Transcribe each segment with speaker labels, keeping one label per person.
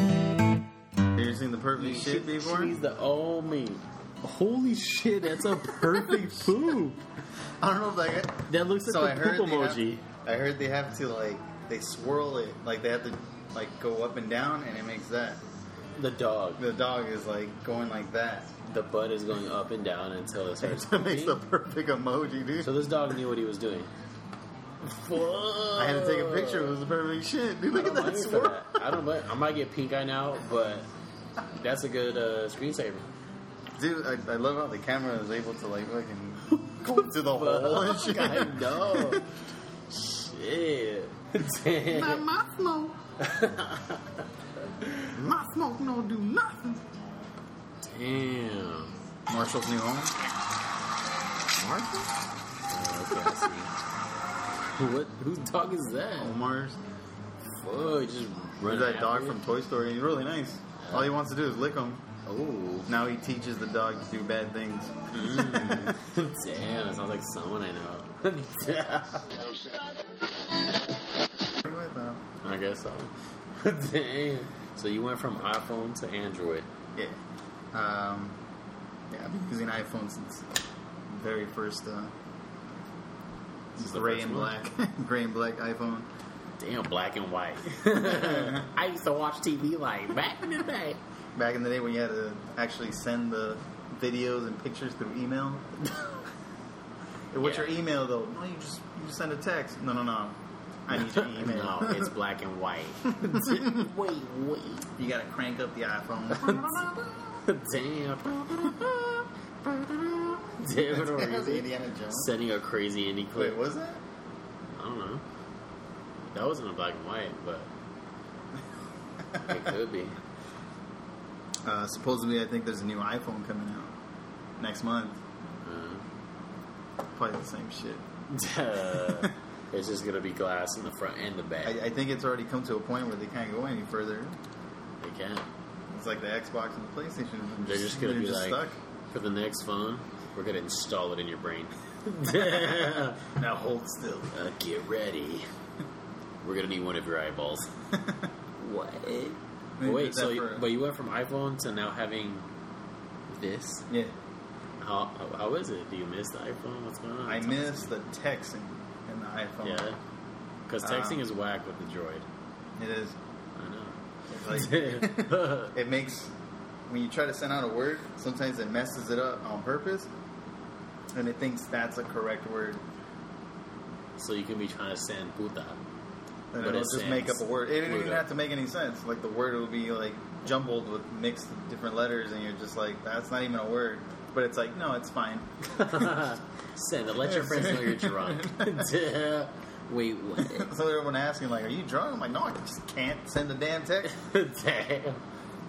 Speaker 1: you seen the perfect shit before?
Speaker 2: She's the old me. Holy shit, that's a perfect poop.
Speaker 1: I don't know if like
Speaker 2: That looks like
Speaker 1: so I
Speaker 2: the poop
Speaker 1: heard they have-
Speaker 2: emoji.
Speaker 1: I heard they have to like they swirl it like they have to like go up and down and it makes that.
Speaker 2: The dog.
Speaker 1: The dog is like going like that.
Speaker 2: The butt is going up and down until it starts.
Speaker 1: That makes the
Speaker 2: pooping.
Speaker 1: perfect emoji, dude.
Speaker 2: So this dog knew what he was doing.
Speaker 1: I had to take a picture. It was the perfect shit, dude. Look at
Speaker 2: I don't
Speaker 1: that
Speaker 2: blame you for
Speaker 1: swirl.
Speaker 2: that. I don't. blame- I might get pink eye now, but that's a good uh, screensaver.
Speaker 1: Dude, I, I love how the camera is able to like fucking go into the hole and shit.
Speaker 2: I know. Shit. Damn.
Speaker 1: Not my smoke. my smoke don't do nothing.
Speaker 2: Damn.
Speaker 1: Marshall's new home. Marshall?
Speaker 2: Oh, okay, I see. what? Whose dog is that?
Speaker 1: Omar's.
Speaker 2: Whoa, just run
Speaker 1: Where's that dog from Toy Story? He's really nice. All he wants to do is lick him.
Speaker 2: Oh.
Speaker 1: Now he teaches the dog to do bad things.
Speaker 2: Mm. Damn, that sounds like someone I know. I guess so. Damn. So you went from iPhone to Android.
Speaker 1: Yeah. Um, yeah, I've been using iPhone since the very first uh,
Speaker 2: This is the
Speaker 1: gray
Speaker 2: first
Speaker 1: and
Speaker 2: one.
Speaker 1: black, gray and black iPhone.
Speaker 2: Damn, black and white. I used to watch TV like back in the day.
Speaker 1: Back in the day when you had to actually send the videos and pictures through email. What's
Speaker 2: Yeah.
Speaker 1: your email though? No, you just you just send a text. No, no, no. I need your email.
Speaker 2: No, it's black and white. wait, wait.
Speaker 1: you gotta crank up the iPhone.
Speaker 2: Damn. Damn, what
Speaker 1: That
Speaker 2: are
Speaker 1: was
Speaker 2: we
Speaker 1: Indiana Jones.
Speaker 2: Sending a crazy indie
Speaker 1: Wait,
Speaker 2: clip.
Speaker 1: was that?
Speaker 2: I don't know. That wasn't a black and white, but it could be.
Speaker 1: Uh, supposedly, I think there's a new iPhone coming out next month.
Speaker 2: Mm-hmm.
Speaker 1: Probably the same shit.
Speaker 2: Uh, it's just gonna be glass in the front and the back.
Speaker 1: I, I think it's already come to a point where they can't go any further.
Speaker 2: they can't.
Speaker 1: It's like the Xbox and the PlayStation.
Speaker 2: They're just gonna
Speaker 1: you're
Speaker 2: be like, for the next phone, we're gonna install it in your brain.
Speaker 1: Now hold still.
Speaker 2: Uh, get ready. We're gonna need one of your eyeballs. what?
Speaker 1: Maybe
Speaker 2: Wait,
Speaker 1: put
Speaker 2: so
Speaker 1: that
Speaker 2: you,
Speaker 1: for-
Speaker 2: but you went from iPhone to now having this?
Speaker 1: Yeah,
Speaker 2: How how- how is it? Do you miss the iPhone? What's going on?
Speaker 1: I miss the texting and the iPhone.
Speaker 2: Yeah, because texting
Speaker 1: Uh,
Speaker 2: is whack with the Droid.
Speaker 1: it is.
Speaker 2: I
Speaker 1: It's like,
Speaker 2: know.
Speaker 1: it makes when you try to send out a word, sometimes it messes it up on purpose, and it thinks that's a correct word.
Speaker 2: so you can be trying to send puta.
Speaker 1: And
Speaker 2: But
Speaker 1: it'll
Speaker 2: it
Speaker 1: just make up
Speaker 2: sounds
Speaker 1: a word. It didn't even
Speaker 2: Pluto.
Speaker 1: have to make any sense. Like the word will be like jumbled with mixed different letters, and you're just like, that's not even a word. But it's like, no, it's fine.
Speaker 2: send it. Let your friends know you're drunk. Wait, what?
Speaker 1: so everyone asking, like, are you drunk? I'm like, no, I just can't send a damn text.
Speaker 2: Damn.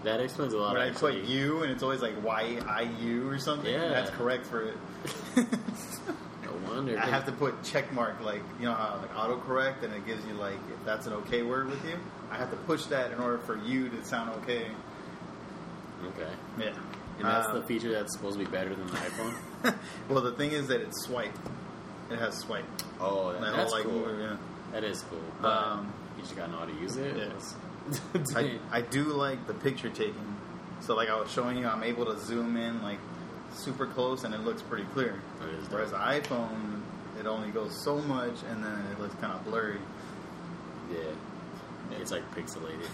Speaker 2: That explains a lot.
Speaker 1: But I put
Speaker 2: actually.
Speaker 1: you, and it's always like Y I U or something.
Speaker 2: Yeah.
Speaker 1: that's correct for it.
Speaker 2: No wonder.
Speaker 1: I have to put check mark, like you know how like autocorrect, and it gives you like if that's an okay word with you. I have to push that in order for you to sound okay.
Speaker 2: Okay.
Speaker 1: Yeah,
Speaker 2: And that's
Speaker 1: Um,
Speaker 2: the feature that's supposed to be better than the iPhone.
Speaker 1: well, the thing is that it's swipe. It has swipe.
Speaker 2: Oh,
Speaker 1: That
Speaker 2: that's
Speaker 1: whole, like,
Speaker 2: cool.
Speaker 1: move, yeah.
Speaker 2: That is cool. But
Speaker 1: Um,
Speaker 2: you just gotta know how to use it.
Speaker 1: yeah.
Speaker 2: That's-
Speaker 1: I, I do like the picture taking. So, like I was showing you, I'm able to zoom in like super close, and it looks pretty clear.
Speaker 2: That is dope.
Speaker 1: Whereas the iPhone, it only goes so much, and then it looks kind of blurry.
Speaker 2: yeah. It's like pixelated.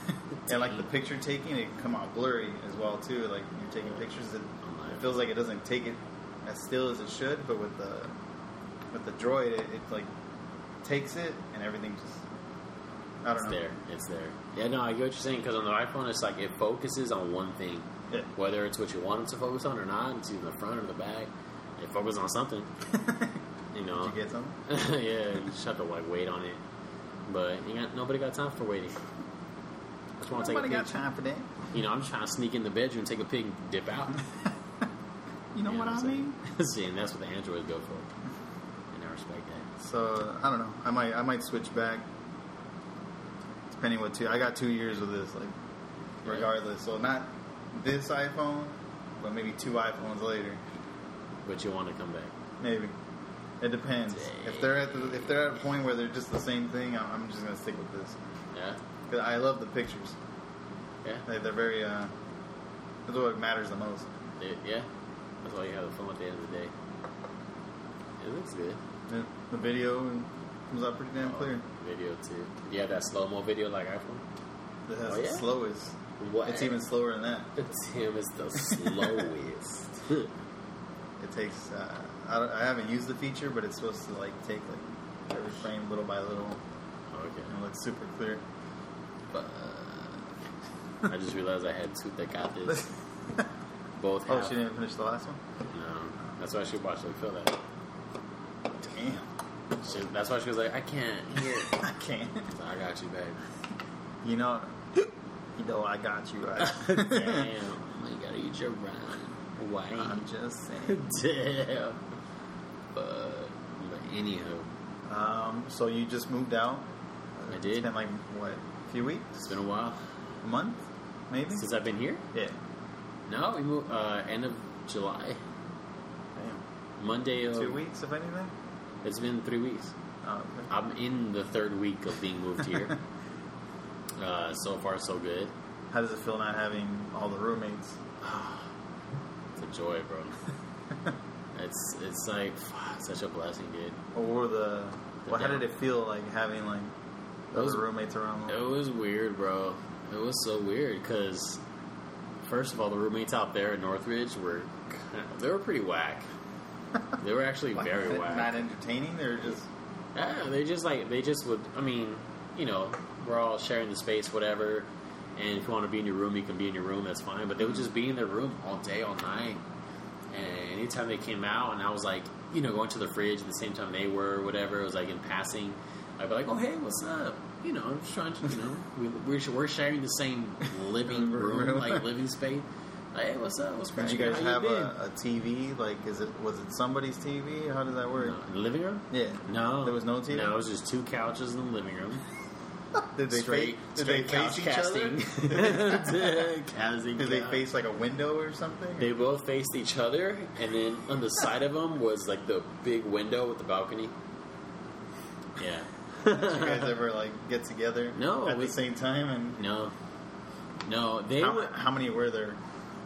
Speaker 1: And like the picture taking, it come out blurry as well too. Like you're taking pictures, it, it feels like it doesn't take it as still as it should. But with the with the Droid, it, it like takes it, and everything just I don't
Speaker 2: It's
Speaker 1: know.
Speaker 2: there. It's there. Yeah, no, I get what you're saying because on the iPhone, it's like it focuses on one thing,
Speaker 1: Yeah.
Speaker 2: whether it's what you want it to focus on or not. It's either the front or the back. It focuses on something. you know.
Speaker 1: Did you get something?
Speaker 2: yeah, you just have to like wait on it. But you got, nobody got time for waiting. Just want to take a
Speaker 1: Nobody
Speaker 2: peek.
Speaker 1: got time for that.
Speaker 2: You know, I'm just trying to sneak in the bedroom, take a peek, and dip out.
Speaker 1: You know
Speaker 2: You
Speaker 1: what I
Speaker 2: I'm saying?
Speaker 1: mean?
Speaker 2: See, and that's what the androids go for. And I respect that.
Speaker 1: So I don't know. I might I might switch back. Depending what two I got two years with this, like
Speaker 2: Yeah.
Speaker 1: regardless. So not this iPhone, but maybe two iPhones later.
Speaker 2: But you want to come back.
Speaker 1: Maybe. It depends. If they're at the, if they're at a point where they're just the same thing, I'm, I'm just gonna stick with this.
Speaker 2: Yeah,
Speaker 1: 'Cause I love the pictures.
Speaker 2: yeah,
Speaker 1: Like, they're very. Uh, that's what matters the most.
Speaker 2: They- yeah. That's why you have the phone at the end of the day. It looks good.
Speaker 1: The, the video comes out pretty damn clear.
Speaker 2: Oh, Video too. Yeah, that slow mo video like iPhone.
Speaker 1: That has
Speaker 2: Oh,
Speaker 1: the
Speaker 2: yeah?
Speaker 1: slowest.
Speaker 2: What?
Speaker 1: It's even slower than that.
Speaker 2: Tim is the slowest.
Speaker 1: It takes. Uh, I, don't- I haven't used the feature, but it's supposed to like take like every frame little by little
Speaker 2: okay.
Speaker 1: and look super clear.
Speaker 2: But uh, I just realized I had two that got this. Both
Speaker 1: oh,
Speaker 2: have.
Speaker 1: she didn't finish the last one.
Speaker 2: No, that's why she watched like Phil that.
Speaker 1: Damn,
Speaker 2: She, that's why she was like, I can't hear.
Speaker 1: I can't.
Speaker 2: So I got you, babe.
Speaker 1: You know, you know, I got you. Right?
Speaker 2: Damn, you gotta eat your rhyme. Why?
Speaker 1: I'm just saying.
Speaker 2: Damn. But, but anywho,
Speaker 1: Um, so you just moved out.
Speaker 2: I
Speaker 1: It's
Speaker 2: did.
Speaker 1: been like what, a few weeks,
Speaker 2: it's been a while
Speaker 1: a month, maybe.
Speaker 2: since I've been here.
Speaker 1: Yeah.
Speaker 2: No, we moved uh, end of July,
Speaker 1: Damn.
Speaker 2: Monday of.
Speaker 1: Two weeks, if anything.
Speaker 2: It's been three weeks.
Speaker 1: Oh, okay.
Speaker 2: I'm in the third week of being moved here. uh, so far, so good.
Speaker 1: How does it feel not having all the roommates?
Speaker 2: It's a joy, bro. it's it's like fuck, such a blessing, dude.
Speaker 1: Or the well, how
Speaker 2: Yeah.
Speaker 1: did it feel like having like
Speaker 2: was-
Speaker 1: those roommates around?
Speaker 2: It was weird, bro. It was so weird because first of all, the roommates out there in Northridge were they were pretty whack. They were actually
Speaker 1: Like, is
Speaker 2: very
Speaker 1: it
Speaker 2: whack.
Speaker 1: Not entertaining. They're just
Speaker 2: Yeah, they just like they just would. I mean, you know, we're all sharing the space, whatever. And if you want to be in your room, you can be in your room. That's fine. But they would just be in their room all day, all night. And anytime they came out, and I was like, you know, going to the fridge at the same time they were, whatever. It was like in passing. I'd be like, oh hey, what's up? You know, I'm just trying to, you know, we, we're, we're sharing the same living room,
Speaker 1: Room.
Speaker 2: like living space. Like, hey, what's up? What's
Speaker 1: did you
Speaker 2: cracking?
Speaker 1: guys
Speaker 2: How
Speaker 1: have
Speaker 2: been?"
Speaker 1: a, a TV? Like, is it was it somebody's TV? How does that work?
Speaker 2: No, in the living room?
Speaker 1: Yeah.
Speaker 2: No,
Speaker 1: There was no TV?
Speaker 2: No, it was just two couches in the living room.
Speaker 1: Did they
Speaker 2: straight,
Speaker 1: fa- did
Speaker 2: straight
Speaker 1: they
Speaker 2: couch
Speaker 1: face
Speaker 2: casting.
Speaker 1: each other?
Speaker 2: casting.
Speaker 1: Did they
Speaker 2: couch.
Speaker 1: face like a window or something?
Speaker 2: They both faced each other, and then on the side of them was like the big window with the balcony. Yeah.
Speaker 1: Did you guys ever like get together?
Speaker 2: No,
Speaker 1: at
Speaker 2: we-
Speaker 1: the same time. And
Speaker 2: No, no. They
Speaker 1: how,
Speaker 2: were.
Speaker 1: how many were there?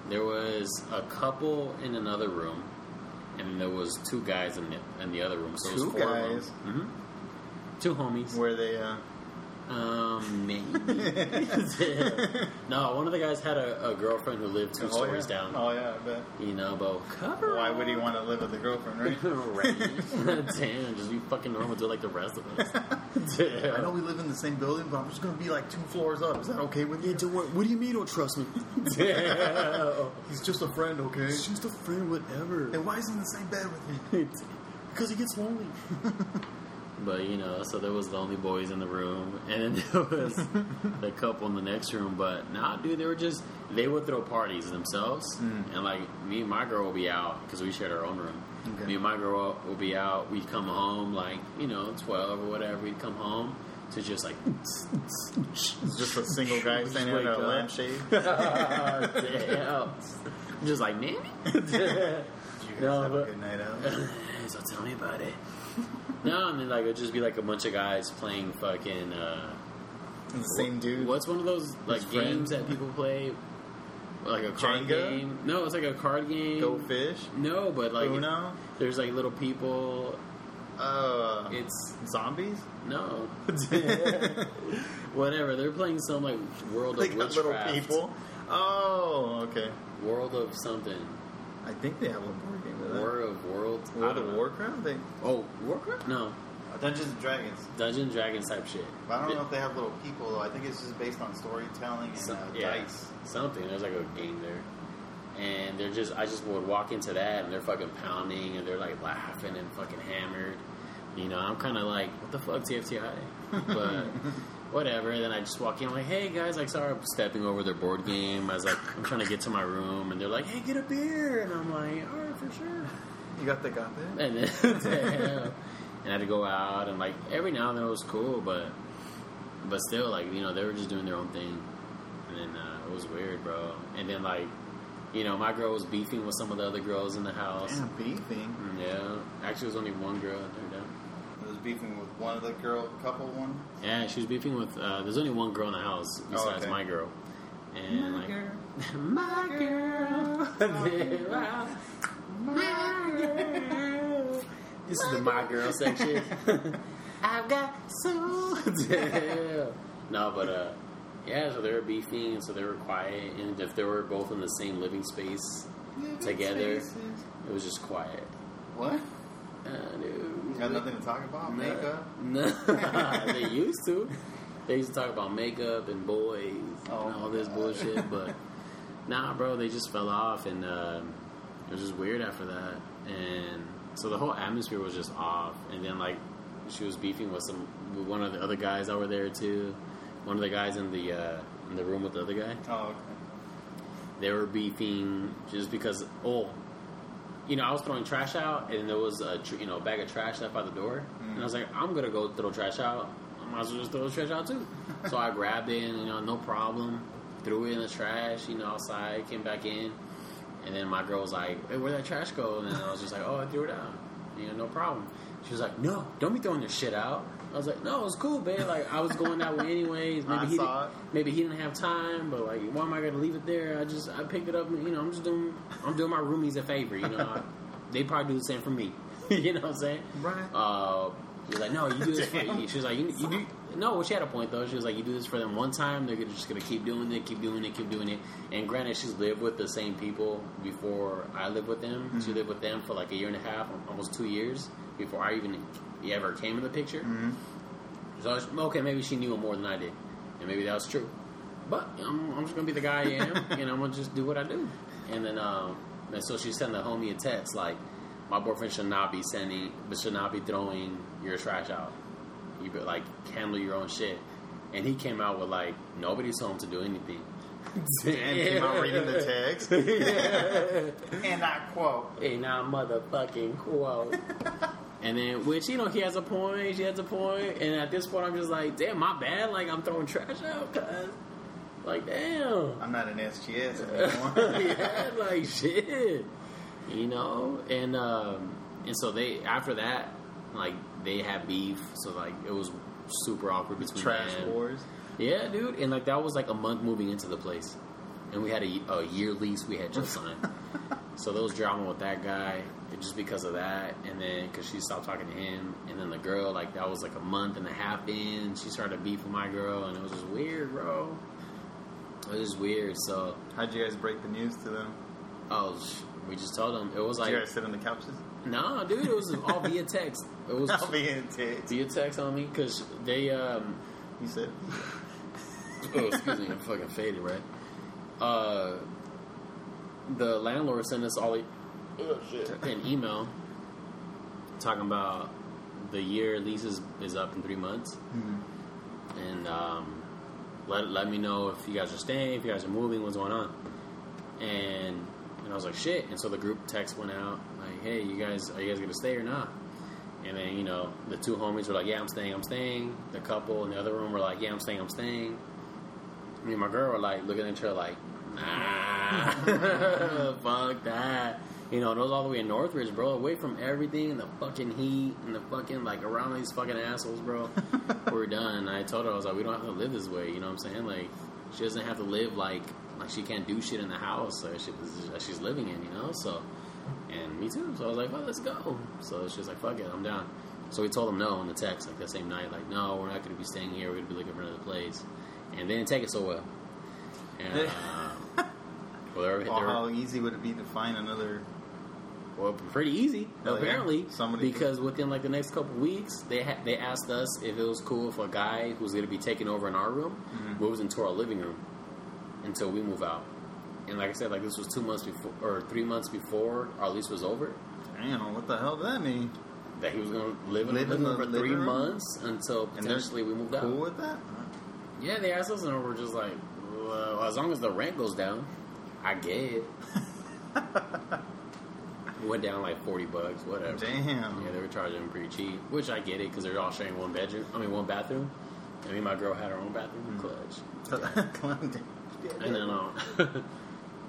Speaker 2: There was a couple in another room, and there was two guys in the in the other room. So it was
Speaker 1: Two
Speaker 2: four of 'em.
Speaker 1: guys?
Speaker 2: Mhm. Two homies.
Speaker 1: Were they? Uh,
Speaker 2: Um, maybe. no, one of the guys had a, a girlfriend who lived two
Speaker 1: oh,
Speaker 2: stories
Speaker 1: yeah.
Speaker 2: down.
Speaker 1: Oh yeah, I bet.
Speaker 2: You know, but cover.
Speaker 1: Why would he want to live with a girlfriend, right?
Speaker 2: right? Damn, just be fucking normal, do like the rest of us. Damn.
Speaker 1: I know we live in the same building, but I'm just gonna be like two floors up. Is that okay with you?
Speaker 2: what, what do you mean? Don't trust me? Damn.
Speaker 1: He's just a friend, okay?
Speaker 2: just a friend, whatever.
Speaker 1: And why is he in the same bed with me?
Speaker 2: Because he gets lonely. but you know, so there was lonely boys in the room, and then there was the couple in the next room. But nah, dude, they were just they would throw parties themselves,
Speaker 1: Mm.
Speaker 2: and like me and my girl will be out because we shared our own room.
Speaker 1: Okay.
Speaker 2: Me and my girl will be out. We'd come home like you know twelve or whatever. We'd come home to just like
Speaker 1: It's just a single guy
Speaker 2: Just
Speaker 1: standing under
Speaker 2: wake
Speaker 1: a
Speaker 2: up.
Speaker 1: lampshade.
Speaker 2: damn, just like nanny.
Speaker 1: You guys
Speaker 2: No,
Speaker 1: have
Speaker 2: but-
Speaker 1: a good night out.
Speaker 2: so tell me about it. No, I mean like it'd just be like a bunch of guys playing fucking. Uh,
Speaker 1: And the same dude.
Speaker 2: What's one of those like
Speaker 1: friend.
Speaker 2: games that people play? Like a card
Speaker 1: Jenga?
Speaker 2: game? No, it's like a card game.
Speaker 1: Go fish?
Speaker 2: No, but like
Speaker 1: Uno?
Speaker 2: there's like little people.
Speaker 1: Uh,
Speaker 2: It's
Speaker 1: zombies?
Speaker 2: no, whatever. They're playing some like world
Speaker 1: They
Speaker 2: of
Speaker 1: got little
Speaker 2: witchcraft,
Speaker 1: people. Oh, okay.
Speaker 2: world of something,
Speaker 1: I think they have a board game of that.
Speaker 2: war of worlds. I
Speaker 1: World
Speaker 2: don't
Speaker 1: of
Speaker 2: know.
Speaker 1: Warcraft? They,
Speaker 2: Oh, Warcraft? No,
Speaker 1: Uh, Dungeons and Dragons.
Speaker 2: Dungeon Dragons type shit.
Speaker 1: But I don't know if they have little people, though. I think it's just based on storytelling and
Speaker 2: Some-
Speaker 1: uh,
Speaker 2: yeah,
Speaker 1: dice.
Speaker 2: Something. There's like a game there. And they're just, I just would walk into that and they're fucking pounding and they're like laughing and fucking hammered. You know, I'm kind of like, what the fuck, TFTI? But whatever. Then I just walk in, like, hey guys, like, sorry, I'm stepping over their board game. I was like, I'm trying to get to my room. And they're like, hey, get a beer. And I'm like, all right, for sure.
Speaker 1: You got the gun there?
Speaker 2: And then, damn. and I had to go out and like every now and then it was cool, but but still like you know they were just doing their own thing, and then uh, it was weird, bro. And then like You know, my girl was beefing with some of the other girls in the house.
Speaker 1: Damn, beefing.
Speaker 2: Yeah, actually, it was only one girl. that turned out.
Speaker 1: I was beefing with one of the girl couple one.
Speaker 2: Yeah, she was beefing with. Uh, there's only one girl in the house besides
Speaker 1: okay.
Speaker 2: my girl, and like my girl, my girl. This is the my girl section. I've got so no, but uh, yeah. So they were beefing, and so they were quiet, and if they were both in the same living space, Together.
Speaker 1: Spaces.
Speaker 2: it was just quiet.
Speaker 1: What?
Speaker 2: Uh, dude,
Speaker 1: Got nothing to talk about? Makeup?
Speaker 2: No, they used to. They used to talk about makeup and boys
Speaker 1: Oh,
Speaker 2: and all this
Speaker 1: God.
Speaker 2: bullshit, but nah, bro, they just fell off, and um it was just weird after that. And so the whole atmosphere was just off. And then like she was beefing with some with one of the other guys that were there too. One of the guys in the uh, in the room with the other guy
Speaker 1: Oh,
Speaker 2: they were beefing just because oh you know i was throwing trash out and there was a tr- you know a bag of trash left by the door and i was like i'm gonna go throw trash out i might as well just throw the trash out too so i grabbed it and you know no problem threw it in the trash you know outside came back in and then my girl was like hey, where'd that trash go and then i was just like oh i threw it out you know no problem she was like no don't be throwing your shit out I was like, no, it's cool, babe. Like, I was going that way anyways. Maybe
Speaker 1: I
Speaker 2: he
Speaker 1: saw
Speaker 2: didn't-
Speaker 1: it.
Speaker 2: maybe he didn't have time, but like, why am I gonna leave it there? I just I picked it up, and you know, I'm just doing I'm doing my roomies a favor, you know. I, they probably do the same for me, you know what I'm saying?
Speaker 1: Right.
Speaker 2: Uh, she was like, no, you do this. for,
Speaker 1: Damn.
Speaker 2: she was like, you, you do. No, well, she had a point though. She was like, you do this for them one time, they're just gonna keep doing it, keep doing it, keep doing it. And granted, she's lived with the same people before I lived with them.
Speaker 1: Mm-hmm.
Speaker 2: She lived with them for like a year and a half, almost two years before I even ever came in the picture. So it's- okay, maybe she knew him more than I did, and maybe that was true. But I'm, I'm just gonna be the guy I am, and I'm gonna just do what I do. And then, um, and so she sent the homie a text like, "My boyfriend should not be sending, but should not be throwing your trash out. You be, like handle your own shit." And he came out with like, "Nobody's home to do anything."
Speaker 1: Damn, came out reading the text. and I quote.
Speaker 2: in our motherfucking quote. and then, which you know, he has a point. She has a point. And at this point, I'm just like, damn, my bad. Like I'm throwing trash out, cause like, damn,
Speaker 1: I'm not an SGS anymore.
Speaker 2: yeah, like shit, you know. And um, and so they after that, like they had beef. So like it was super awkward between
Speaker 1: Trash
Speaker 2: them.
Speaker 1: wars.
Speaker 2: Yeah, dude, and like that was like a month moving into the place, and we had a, a year lease we had just signed. so there was drama with that guy just because of that, and then because she stopped talking to him, and then the girl like that was like a month and a half in, she started to beef with my girl, and it was just weird, bro. It was weird. So
Speaker 1: How'd you guys break the news to them?
Speaker 2: oh, sh- we just told him it was
Speaker 1: Did
Speaker 2: like
Speaker 1: you guys sit on the couches?
Speaker 2: nah, dude, it was all via text. It was
Speaker 1: I'll be in text.
Speaker 2: via text on me because they um
Speaker 1: You said?
Speaker 2: oh, excuse me, I'm fucking faded, right? Uh, the landlord sent us all e- an email talking about the year lease is, is up in three months, and um, let let me know if you guys are staying, if you guys are moving, what's going on, and and I was like shit, and so the group text went out like, hey, you guys, are you guys gonna stay or not? And then you know the two homies were like, yeah, I'm staying, I'm staying. The couple in the other room were like, yeah, I'm staying, I'm staying me and my girl were like looking at each other like, nah, fuck that. You know, those all the way in Northridge, bro, away from everything and the fucking heat and the fucking like around these fucking assholes, bro. we're done. And I told her I was like, we don't have to live this way. You know what I'm saying? Like, she doesn't have to live like like she can't do shit in the house that she, that she's living in. You know, so and me too. So I was like, well, let's go. So she was like, fuck it, I'm down. So we told them no in the text, like that same night, like, no, we're not going to be staying here. We're going to be looking for another place. And they didn't take it so well. And, uh, well, they were, they
Speaker 1: Well,
Speaker 2: were,
Speaker 1: how easy would it be to find another?
Speaker 2: well, pretty easy
Speaker 1: Oh, yeah?
Speaker 2: apparently.
Speaker 1: Somebody-
Speaker 2: because within like the next couple weeks, they ha- they asked us if it was cool if a guy who's going to be taking over in our room
Speaker 1: Mm-hmm.
Speaker 2: moves into our living room until we move out. And like I said, like this was two months before or three months before our lease was over.
Speaker 1: Damn, what the hell does that mean?
Speaker 2: that he was going to live in
Speaker 1: Live
Speaker 2: the
Speaker 1: in
Speaker 2: living room
Speaker 1: the
Speaker 2: for three
Speaker 1: living room?
Speaker 2: months until
Speaker 1: And they're
Speaker 2: potentially we moved out.
Speaker 1: Cool with that?
Speaker 2: Yeah, they asked us, and we're just like, well, as long as the rent goes down, I get it. Went down like forty bucks, whatever.
Speaker 1: Damn.
Speaker 2: Yeah, they were charging them pretty cheap, which I get it because they're all sharing one bedroom. I mean, one bathroom. I
Speaker 1: Mm-hmm.
Speaker 2: mean, my girl had her own bathroom, clutch.
Speaker 1: Come on, damn.
Speaker 2: And then, um,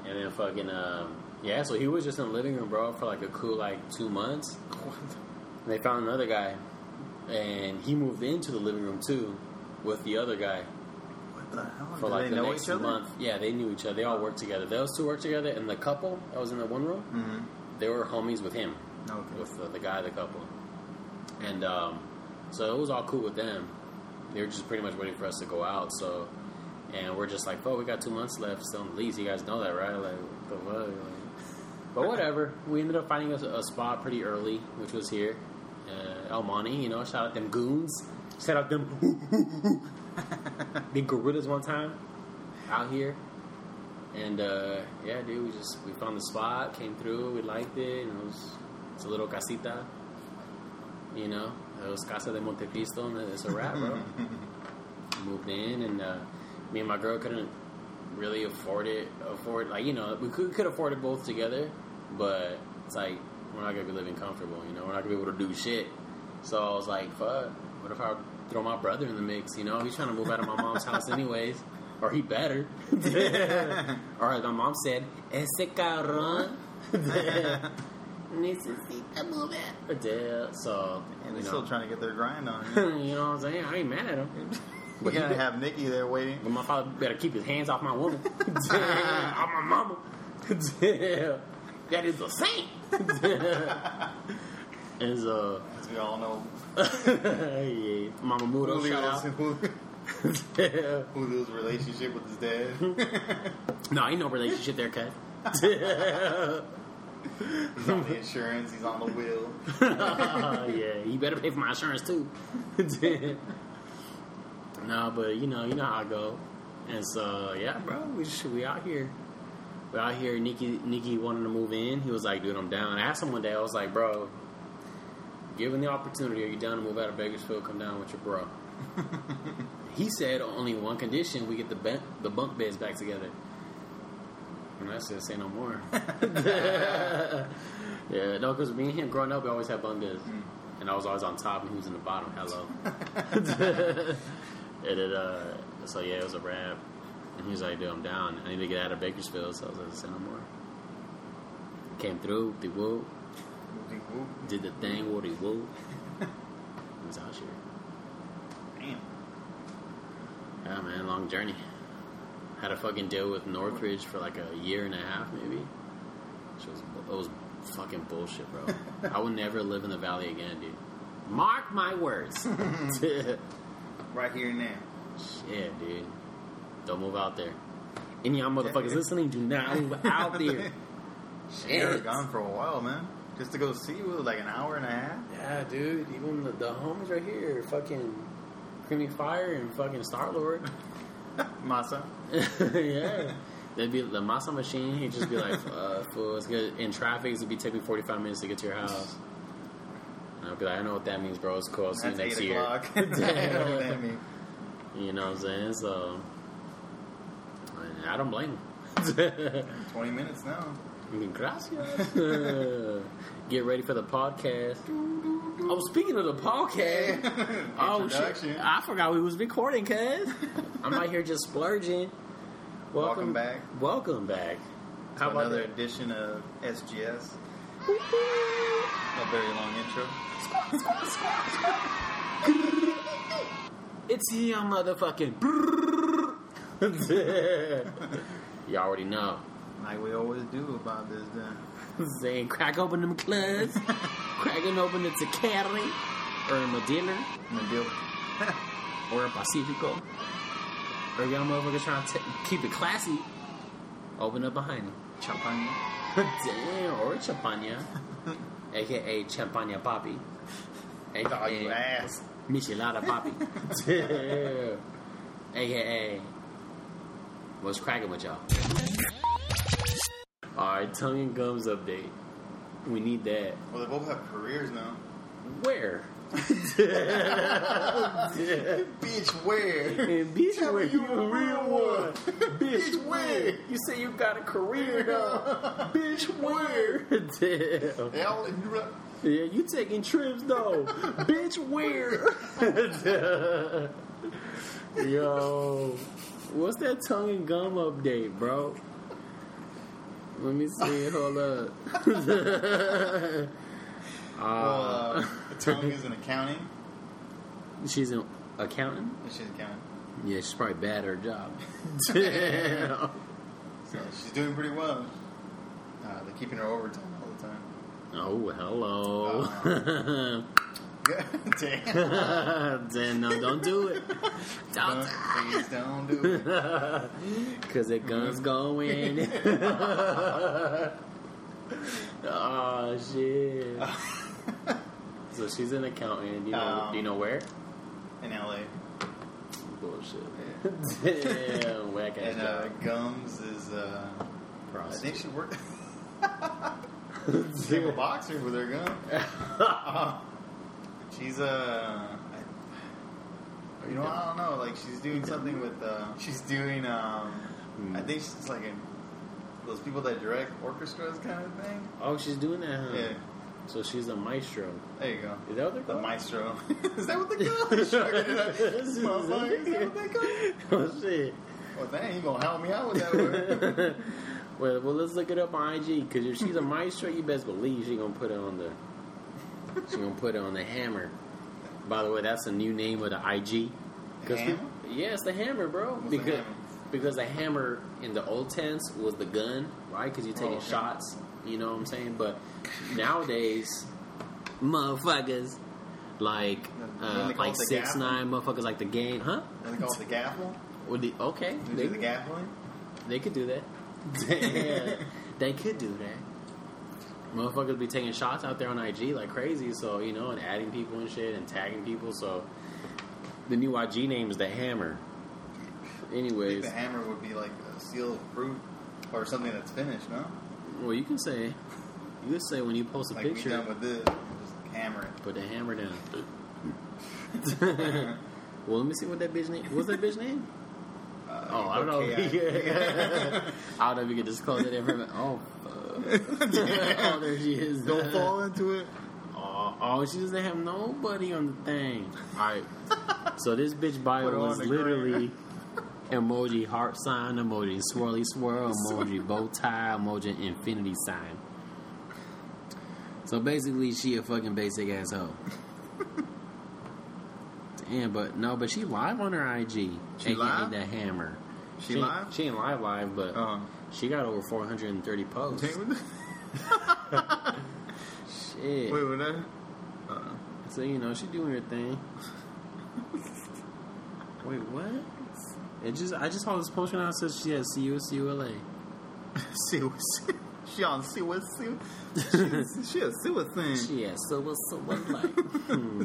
Speaker 2: And then fucking um, yeah, so he was just in the living room, bro, for like a cool like two months. And they found another guy, and he moved into the living room too with the other guy
Speaker 1: What the hell?
Speaker 2: for
Speaker 1: Do
Speaker 2: like
Speaker 1: they
Speaker 2: the
Speaker 1: know
Speaker 2: next
Speaker 1: each other?
Speaker 2: month. Yeah, they knew each other. They all worked together. Those two worked together, and the couple that was in the one room,
Speaker 1: Mm-hmm.
Speaker 2: they were homies with him,
Speaker 1: Okay.
Speaker 2: with the, the guy, the couple, and um, so it was all cool with them. They were just pretty much waiting for us to go out. So, and we're just like, "Oh, we got two months left still in the lease. You guys know that, right?" Like, what the fuck? Like- but whatever. We ended up finding us a, a spot pretty early, which was here, uh, El Monte. You know, shout out them goons. Shout out them big gorillas one time out here. And uh, yeah, dude, we just we found the spot, came through, we liked it, and it was it's a little casita, you know. It was Casa de Montecristo, and it's a wrap, bro. Moved in, and uh, me and my girl couldn't really afford it. Afford like you know we could could afford it both together, but it's like we're not gonna be living comfortable, you know. We're not gonna be able to do shit. So I was like, fuck. What if I throw my brother in the mix? You know, he's trying to move out of my mom's house anyways, or he better. All right, my mom said, ese cabrón necesita mover. Yeah, So,
Speaker 1: and
Speaker 2: you
Speaker 1: they're still
Speaker 2: know,
Speaker 1: trying to get their grind on.
Speaker 2: you know what I'm saying? I ain't mad at him.
Speaker 1: But
Speaker 2: But
Speaker 1: you
Speaker 2: he
Speaker 1: gotta
Speaker 2: did-
Speaker 1: have Nikki there waiting.
Speaker 2: But my father better keep his hands off my woman. Damn, off my mama. Damn, that is a saint. Is uh,
Speaker 1: As we all know,
Speaker 2: yeah, Mama Mudo, shout
Speaker 1: Julio's,
Speaker 2: out.
Speaker 1: Julio's,
Speaker 2: Damn.
Speaker 1: relationship with his dad.
Speaker 2: no, ain't no relationship there, cut.
Speaker 1: He's on the insurance, he's on the wheel.
Speaker 2: yeah, you better pay for my insurance too. no, but you know, you know how I go. And so yeah, bro, we just, we out here. We out here. Nikki Nikki wanted to move in. He was like, dude, I'm down. I asked him one day. I was like, bro, given the opportunity, are you down to move out of Bakersfield? Come down with your bro. he said only one condition: we get the ben- the bunk beds back together. And I said, say no more. yeah, no, because me and him growing up, we always had bunk beds. And I was always on top, and he was in the bottom. Hello. and it, uh, so yeah, it was a wrap. And he was like, dude, I'm down. I need to get out of Bakersfield. So I was like, say no more. Came through, the whoop, did the thing, woody whoop. It was out here.
Speaker 1: Damn.
Speaker 2: Yeah, man, long journey. Had to fucking deal with Northridge for like a year and a half, maybe. Which was, it was fucking bullshit, bro. I would never live in the valley again, dude. Mark my words.
Speaker 1: Right here and now.
Speaker 2: Yeah, dude. Don't move out there. Any of y'all motherfuckers listening, do not move out there.
Speaker 1: We were
Speaker 2: Shit.
Speaker 1: gone for a while, man. Just to go see you was like an hour and a half.
Speaker 2: Yeah, dude. Even the, the homies right here, fucking Creamy Fire and fucking Star Lord.
Speaker 1: Masa.
Speaker 2: yeah. They'd be the Masa machine. He'd just be like, uh, fool, it's good. In traffic, it'd be taking 45 minutes to get to your house. And I'd be like, I know what that means, bro. It's cool. I'll see you
Speaker 1: That's
Speaker 2: next
Speaker 1: 8
Speaker 2: year.
Speaker 1: o'clock. I know what that means.
Speaker 2: You know what I'm saying? So, I- I don't blame him.
Speaker 1: 20 minutes now.
Speaker 2: I mean, Gracias. Get ready for the podcast. Oh, speaking of the podcast, oh
Speaker 1: Introduction.
Speaker 2: shit, I forgot we was recording, cuz I'm out here just splurging.
Speaker 1: Welcome
Speaker 2: Welcome,
Speaker 1: back.
Speaker 2: Welcome back. How about
Speaker 1: Another
Speaker 2: that?
Speaker 1: edition of SGS. A very long intro.
Speaker 2: It's your motherfucking. you already know.
Speaker 1: Like we always do about this then.
Speaker 2: Saying crack open them clubs, cracking open the tequila or Madeira.
Speaker 1: Madil.
Speaker 2: or in Pacifico. Or y'all motherfuckers trying to t- keep it classy. Open up behind me.
Speaker 1: Champagne.
Speaker 2: Damn, or champagne. AKA Champagne Poppy. AKA
Speaker 1: Ass.
Speaker 2: Michelada Poppy. Damn. AKA What's cracking with y'all? Alright, tongue and gums update. We need that.
Speaker 1: Well, they both have careers now.
Speaker 2: Where?
Speaker 1: Bitch, where?
Speaker 2: And bitch,
Speaker 1: Tell me
Speaker 2: where
Speaker 1: you
Speaker 2: you
Speaker 1: a
Speaker 2: a
Speaker 1: real
Speaker 2: real
Speaker 1: one.
Speaker 2: one. Bitch, where? You say you got a career, though. Bitch, where? Damn.
Speaker 1: They all in Europe.
Speaker 2: Yeah, you taking trips, though. Bitch, where? Yo. What's that tongue and gum update, bro? Let me see. Hold up.
Speaker 1: Well,
Speaker 2: uh,
Speaker 1: uh, Tongue is in accounting.
Speaker 2: she's an accountant.
Speaker 1: She's an accountant.
Speaker 2: Yeah, she's probably bad at her job. Damn.
Speaker 1: So she's doing pretty well. Uh, they're keeping her overtime all the time.
Speaker 2: Oh, hello.
Speaker 1: Damn.
Speaker 2: then no, don't do it.
Speaker 1: Don't,
Speaker 2: Don't.
Speaker 1: please don't do it.
Speaker 2: Cause the gun's going. oh shit. so she's an accountant. You know?
Speaker 1: Um,
Speaker 2: do you know where?
Speaker 1: In LA.
Speaker 2: Bullshit. Damn, whack ass
Speaker 1: And uh, Gums is, uh, I think she worked. She's a
Speaker 2: job.
Speaker 1: boxer with her gun. Uh, she's uh, I, you know, I don't know. Like she's doing something with. Uh, she's doing. Um, I think she's like a, those people that direct orchestras kind of thing.
Speaker 2: Oh, she's doing that. Huh?
Speaker 1: Yeah,
Speaker 2: So she's a maestro.
Speaker 1: there you go.
Speaker 2: Is that what they're
Speaker 1: The
Speaker 2: called?
Speaker 1: maestro. is that what they call? it? Sure, dude. This motherfucker, is that what they call? it?
Speaker 2: oh shit.
Speaker 1: Well, dang, you gonna help me out with that word?
Speaker 2: well, well, let's look it up on IG because if she's a maestro, you best believe she gonna put it on the she gonna put it on the hammer. By the way, that's a new name of the IG.
Speaker 1: The hammer?
Speaker 2: peop- yeah, it's the hammer, bro.
Speaker 1: What's the
Speaker 2: because
Speaker 1: hammer?
Speaker 2: because the hammer in the old tense was the gun, right? Because you're taking
Speaker 1: Oh, okay.
Speaker 2: shots. You know what I'm saying? But nowadays, motherfuckers like
Speaker 1: Then
Speaker 2: uh,
Speaker 1: they call
Speaker 2: like
Speaker 1: it the
Speaker 2: six
Speaker 1: gaffel?
Speaker 2: nine motherfuckers like the game, huh?
Speaker 1: And they call it the gaffle.
Speaker 2: Or the, okay,
Speaker 1: Do they
Speaker 2: they-
Speaker 1: do the gaffling?
Speaker 2: they could do that. they could do that. Motherfuckers be taking shots out there on IG like crazy, so you know, and adding people and shit and tagging people. So the new IG name is the Hammer.
Speaker 1: The
Speaker 2: Anyways,
Speaker 1: hammer would be like a seal of proof or something that's finished, no?
Speaker 2: well, you can say, you can say when you post a
Speaker 1: Like we
Speaker 2: picture,
Speaker 1: done with this, just hammer it.
Speaker 2: put the hammer down. well, let me see what that bitch name. What's that bitch name?
Speaker 1: Uh,
Speaker 2: Oh, I don't know.
Speaker 1: okay,
Speaker 2: Yeah. I don't know if you can disclose that information. Oh, fuck. oh, there she is.
Speaker 1: I- Don't fall into it.
Speaker 2: Oh, oh, she doesn't have nobody on the thing. All right. so this bitch
Speaker 1: Put her
Speaker 2: bio
Speaker 1: on
Speaker 2: was
Speaker 1: the
Speaker 2: literally emoji heart sign emoji swirly swirl emoji bow tie emoji infinity sign. So basically, she a fucking basic asshole. Damn, but no, but she live on her IG.
Speaker 1: She
Speaker 2: AKA
Speaker 1: live?
Speaker 2: The hammer.
Speaker 1: She
Speaker 2: ain't-
Speaker 1: live?
Speaker 2: She ain't live live, but
Speaker 1: Uh-huh.
Speaker 2: she got over 430 posts.
Speaker 1: Wait, what-
Speaker 2: Shit.
Speaker 1: wait, what? that? Uh,
Speaker 2: So you know she doing her thing. Wait, what? It just I just saw this post and I said she had CU CULA.
Speaker 1: see what's she on? See what's see? she's- She a see what's thing?
Speaker 2: She had so what's so what like? Hmm.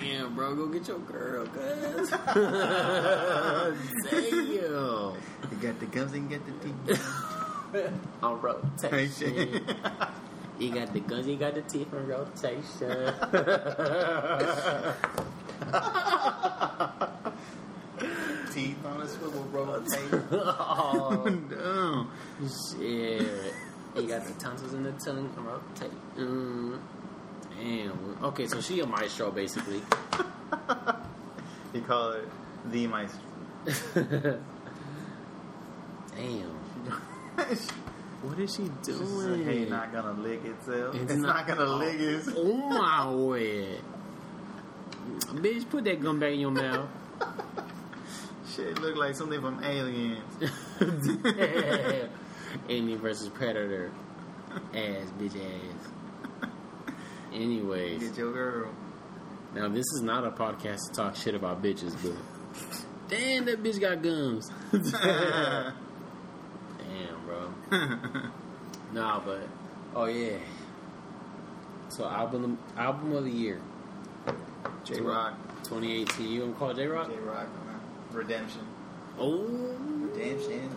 Speaker 2: Damn, bro, go get your girl, cuz. Damn.
Speaker 1: You got the gums and got the teeth.
Speaker 2: On rotation.
Speaker 1: Rotation.
Speaker 2: he got the guns, he got the teeth on rotation.
Speaker 1: teeth on a swivel rotate.
Speaker 2: oh,
Speaker 1: Damn.
Speaker 2: Shit. He got the tonsils and the tongue and rotate. Mm. Damn. Okay, so she a maestro basically.
Speaker 1: You call it the mice.
Speaker 2: Damn.
Speaker 1: She's
Speaker 2: What is she
Speaker 1: just
Speaker 2: doing?
Speaker 1: like, hey, not gonna lick itself. It's, not, gonna lick itself.
Speaker 2: Oh my word. Bitch, put that gum back in your mouth.
Speaker 1: Shit look like something from Aliens.
Speaker 2: Alien versus Predator. Ass, bitch ass. Anyways.
Speaker 1: Get your girl.
Speaker 2: Now this is not a podcast to talk shit about bitches, but damn, that bitch got gums. damn, bro. Nah, but oh yeah. So album album of the year,
Speaker 1: J Rock.
Speaker 2: 2018. You gonna call J Rock?
Speaker 1: J Rock. uh-huh. Redemption.
Speaker 2: Oh,
Speaker 1: Redemption.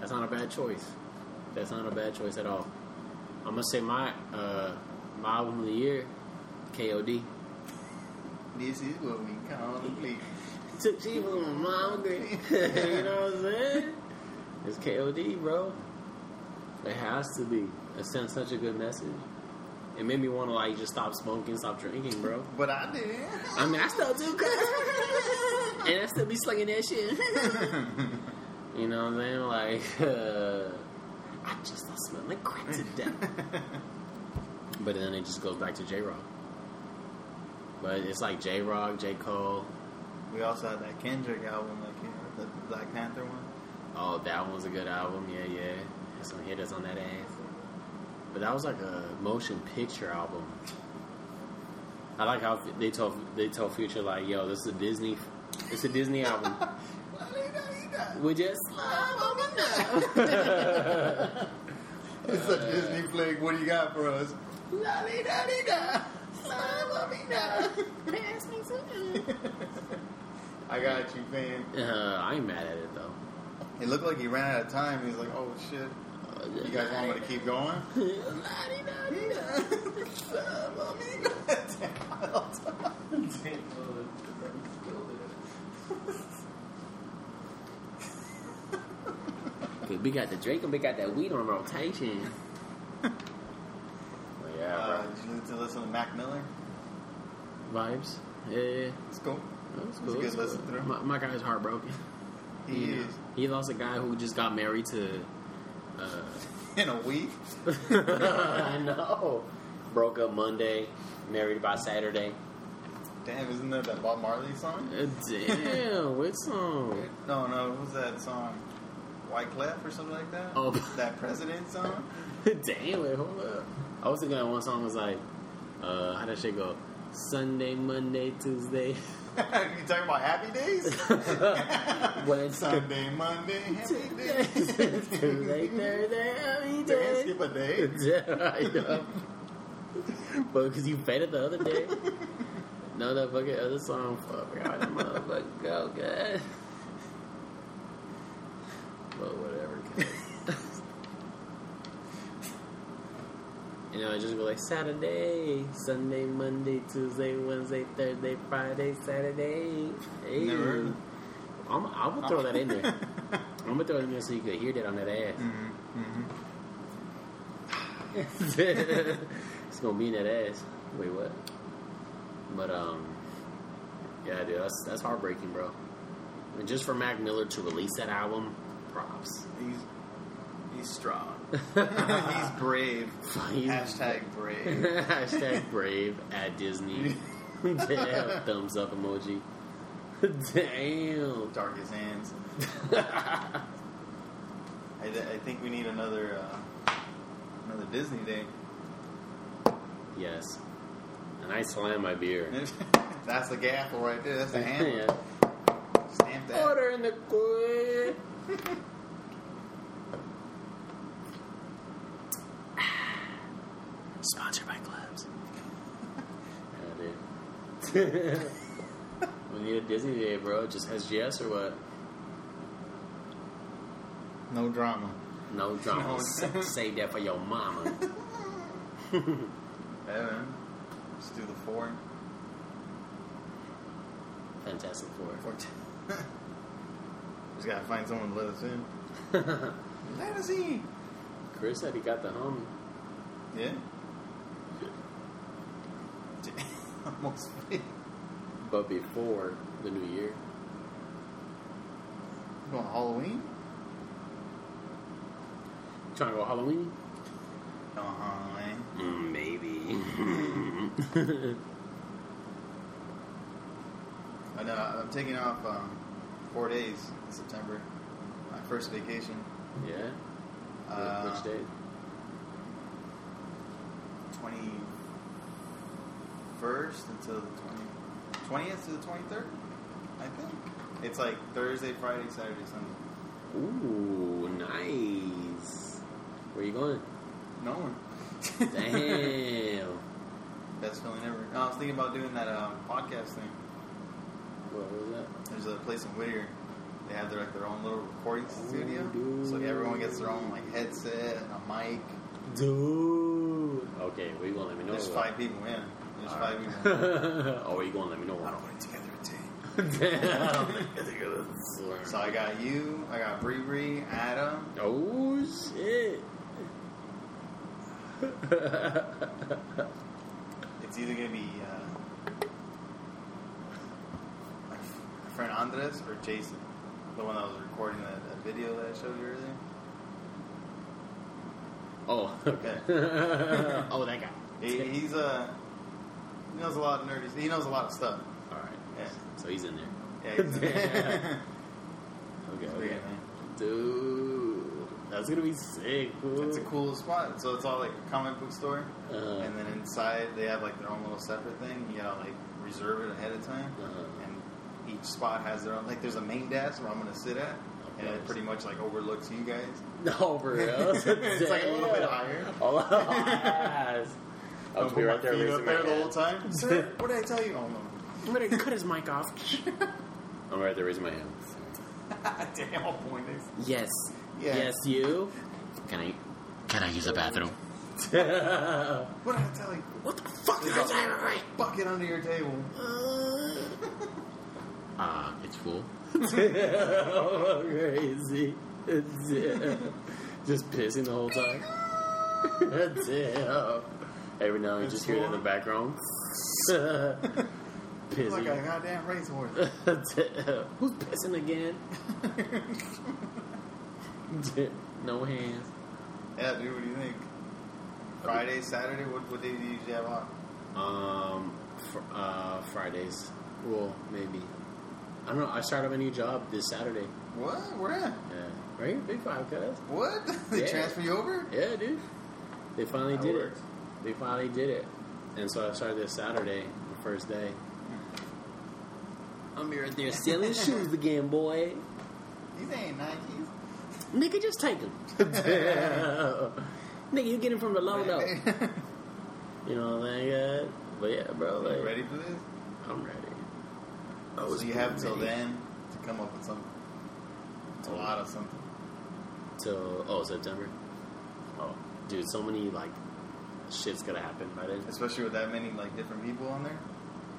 Speaker 2: that's not a bad choice. That's not a bad choice at all. I'm gonna say my uh my album of the year, K.O.D.
Speaker 1: This is what we call the police.
Speaker 2: took cheese from my mom grade. you know what I'm saying? It's KOD, bro. It has to be. It sent such a good message. It made me want to like just stop smoking, stop drinking, bro.
Speaker 1: But I did.
Speaker 2: I mean, I still do, cuz. and I still be slinging that shit. you know what I'm saying? Like, uh, I just I smell like crack today. but then it just goes back to J Rock. But it's like J Rock, J Cole.
Speaker 1: We also had that Kendrick album, like you know, the Black Panther one.
Speaker 2: Oh, that one was a good album. Yeah, yeah. Had some hitters on that ass. But that was like a motion picture album. I like how they told they told Future like, "Yo, this is a Disney, it's a Disney album." We just
Speaker 1: It's a Disney flick. What do you got for us? I got you, fam.
Speaker 2: uh, I ain't mad at it though.
Speaker 1: It looked like he ran out of time. He's like, oh shit. You guys want me to keep going?
Speaker 2: Cause we got the Drake and we got that weed on rotation. But yeah,
Speaker 1: Uh, did you need to listen to Mac Miller?
Speaker 2: bro. vibes. Yeah,
Speaker 1: It's cool.
Speaker 2: that's
Speaker 1: It was a
Speaker 2: cool.
Speaker 1: good
Speaker 2: That's
Speaker 1: listen
Speaker 2: cool.
Speaker 1: through.
Speaker 2: My, my guy's heartbroken.
Speaker 1: He
Speaker 2: You know,
Speaker 1: is
Speaker 2: he lost a guy who just got married to. Uh,
Speaker 1: in a week.
Speaker 2: I know. Broke up Monday, married by Saturday.
Speaker 1: Damn, isn't that that Bob Marley song?
Speaker 2: Uh, Damn, what song?
Speaker 1: No, no, what's that song? White Clef or something like that?
Speaker 2: Oh.
Speaker 1: That President song?
Speaker 2: Damn, wait, hold up. I was thinking that one song was like, uh, how that shit go? Sunday, Monday, Tuesday.
Speaker 1: you talking about Happy Days?
Speaker 2: Wednesday.
Speaker 1: Sunday, Monday, Happy
Speaker 2: Tuesday,
Speaker 1: Days.
Speaker 2: Thursday,
Speaker 1: Did
Speaker 2: every
Speaker 1: I
Speaker 2: day.
Speaker 1: skip a day?
Speaker 2: Yeah, I know. But because you faded the other day. No, that fucking other song. Fuck, I forgot that motherfucker go good. But whatever. cuz. you know, I just go like Saturday, Sunday, Monday, Tuesday, Wednesday, Thursday, Friday, Saturday. Hey.
Speaker 1: Never heard it.
Speaker 2: I'm, I'm gonna throw that in there. I'm gonna throw it in there so you could hear that on that ass. it's gonna be in that ass. Wait, what? But um, yeah, dude, that's that's heartbreaking, bro. And just for Mac Miller to release that album, props.
Speaker 1: He's he's strong. he's brave.
Speaker 2: He's-
Speaker 1: Hashtag brave.
Speaker 2: Hashtag brave at Disney. Damn, thumbs up emoji. Damn.
Speaker 1: Dark as hands. I, th- I think we need another uh, another Disney day.
Speaker 2: Yes. And I slam my beer.
Speaker 1: That's the gavel right there. That's the hammer.
Speaker 2: Yeah.
Speaker 1: Stamp that.
Speaker 2: Order in the quit. Sponsored by clubs. yeah, dude. we need a Disney day, bro. Just SGS or what?
Speaker 1: No drama.
Speaker 2: No drama. Sa- Save that for your mama.
Speaker 1: Evan, let's do the four.
Speaker 2: Fantastic Four.
Speaker 1: four t- Just gotta find someone to let us in. let us in.
Speaker 2: Chris said he got the homie.
Speaker 1: Yeah. Almost. failed.
Speaker 2: But before the new year,
Speaker 1: You want Halloween?
Speaker 2: trying to go Halloween?
Speaker 1: No Halloween.
Speaker 2: Mm, maybe.
Speaker 1: I know. I'm taking off um, four days in September. My first vacation.
Speaker 2: yeah.
Speaker 1: Uh,
Speaker 2: Which day?
Speaker 1: Twenty first until the 20, 20th to the twenty third. I think it's like Thursday, Friday, Saturday, Sunday.
Speaker 2: Ooh, nice. Where you going?
Speaker 1: No one.
Speaker 2: Damn.
Speaker 1: Best feeling ever. No, I was thinking about doing that um, podcast thing.
Speaker 2: what was that?
Speaker 1: There's a place in Whittier. They have their like their own little recording studio.
Speaker 2: dude.
Speaker 1: So like everyone gets their own like headset and a mic.
Speaker 2: Dude. Okay, where you gonna let me know?
Speaker 1: There's
Speaker 2: or
Speaker 1: five people in. There's
Speaker 2: All
Speaker 1: five
Speaker 2: right.
Speaker 1: people.
Speaker 2: what? oh, where you gonna let me know?
Speaker 1: I don't put it together a team.
Speaker 2: Damn.
Speaker 1: So I got you, I got Bree Bree, Adam,
Speaker 2: oh shit.
Speaker 1: It's either gonna be uh, my f- my friend Andres or Jason, the one that was recording that, that video that I showed you earlier.
Speaker 2: Oh, okay. oh, that guy.
Speaker 1: He, he's uh, he knows a lot of nerdy. He knows a lot of stuff.
Speaker 2: All right.
Speaker 1: Yeah.
Speaker 2: So he's in there.
Speaker 1: Yeah, he's-
Speaker 2: Damn. Okay.
Speaker 1: But
Speaker 2: okay.
Speaker 1: yeah, man,
Speaker 2: Dude, that's gonna be sick. Cool.
Speaker 1: it's a cool spot. So it's all like a comic book store,
Speaker 2: Uh,
Speaker 1: and then inside they have like their own little separate thing. You gotta like reserve it ahead of time,
Speaker 2: Uh-huh.
Speaker 1: and each spot has their own. Like there's a main desk where I'm gonna sit at, and it
Speaker 2: course.
Speaker 1: pretty much like overlooks you guys.
Speaker 2: no, for real.
Speaker 1: It's like a little bit
Speaker 2: Damn.
Speaker 1: higher.
Speaker 2: Oh, yes. I'll
Speaker 1: I'll
Speaker 2: be
Speaker 1: put
Speaker 2: right
Speaker 1: my
Speaker 2: there
Speaker 1: feet
Speaker 2: raising
Speaker 1: up
Speaker 2: my
Speaker 1: there the
Speaker 2: hand.
Speaker 1: whole time. Sir, what did I tell you? Oh
Speaker 2: I'm gonna cut his mic off. I'm right there raising my hand.
Speaker 1: no. Damn, I'll point this.
Speaker 2: Yes.
Speaker 1: Yeah.
Speaker 2: Yes, you. Can I? Can I use the bathroom? what
Speaker 1: What did I tell you?
Speaker 2: the fuck did I say? Right?
Speaker 1: Bucket under your table.
Speaker 2: Uh, it's full. oh, crazy. Just pissing the whole time. Damn. Every now and then,
Speaker 1: It's
Speaker 2: just hear it in the
Speaker 1: full.
Speaker 2: background.
Speaker 1: It's like a
Speaker 2: Pissing.
Speaker 1: goddamn racehorse.
Speaker 2: Damn. Who's pissing again? Damn. no hands.
Speaker 1: Yeah, dude, what do you think? Friday, Saturday, what, what day do you usually have on?
Speaker 2: Um, fr- uh, Fridays. Well, maybe. I don't know. I started up a new job this Saturday.
Speaker 1: What? Where at?
Speaker 2: Yeah. Right? here, Big five, cuz.
Speaker 1: What? they
Speaker 2: Yeah.
Speaker 1: transfer you over?
Speaker 2: Yeah, dude. They finally
Speaker 1: That
Speaker 2: did
Speaker 1: works.
Speaker 2: it. They finally did it. And so I started this Saturday, the first day. I'm right there selling shoes again, boy.
Speaker 1: These ain't Nikes.
Speaker 2: Nigga, just take them. Nigga, you get them from the logo. You know what I'm saying? But yeah, bro.
Speaker 1: you
Speaker 2: Like,
Speaker 1: ready for this?
Speaker 2: I'm ready. I
Speaker 1: So
Speaker 2: was
Speaker 1: you
Speaker 2: born
Speaker 1: have till
Speaker 2: ready.
Speaker 1: then to come up with something. It's a lot of something.
Speaker 2: till oh September. Oh, dude, so many like shit's gonna happen by then.
Speaker 1: Especially with that many like different people on there.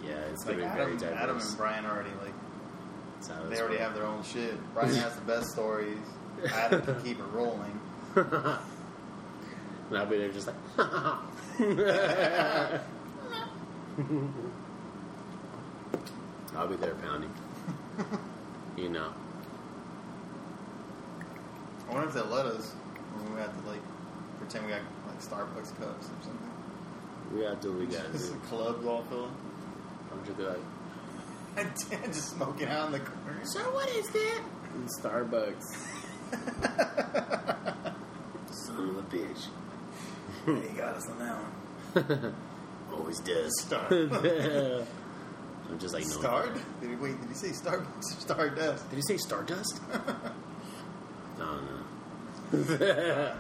Speaker 2: Yeah, it's
Speaker 1: Like
Speaker 2: gonna be very
Speaker 1: Adam,
Speaker 2: diverse.
Speaker 1: Adam and Brian already like
Speaker 2: It's out of
Speaker 1: they
Speaker 2: this
Speaker 1: already have their own shit. Brian has the best stories. Adam can keep it rolling.
Speaker 2: world. and I'll be there just like. I'll be there pounding. You know,
Speaker 1: I wonder if they let us when we have to like pretend we got like Starbucks cups or something.
Speaker 2: we gotta do what we gotta
Speaker 1: Just the
Speaker 2: do.
Speaker 1: clubs all filling.
Speaker 2: I'm just like,
Speaker 1: just smoking out in the corner.
Speaker 2: so what is that? Starbucks. Son of a bitch.
Speaker 1: Yeah, he got us on that one.
Speaker 2: Always does.
Speaker 1: Star.
Speaker 2: I'm just like, no.
Speaker 1: Start? Did he, wait, did he say Starbucks or Stardust?
Speaker 2: Did he say Stardust? no, no.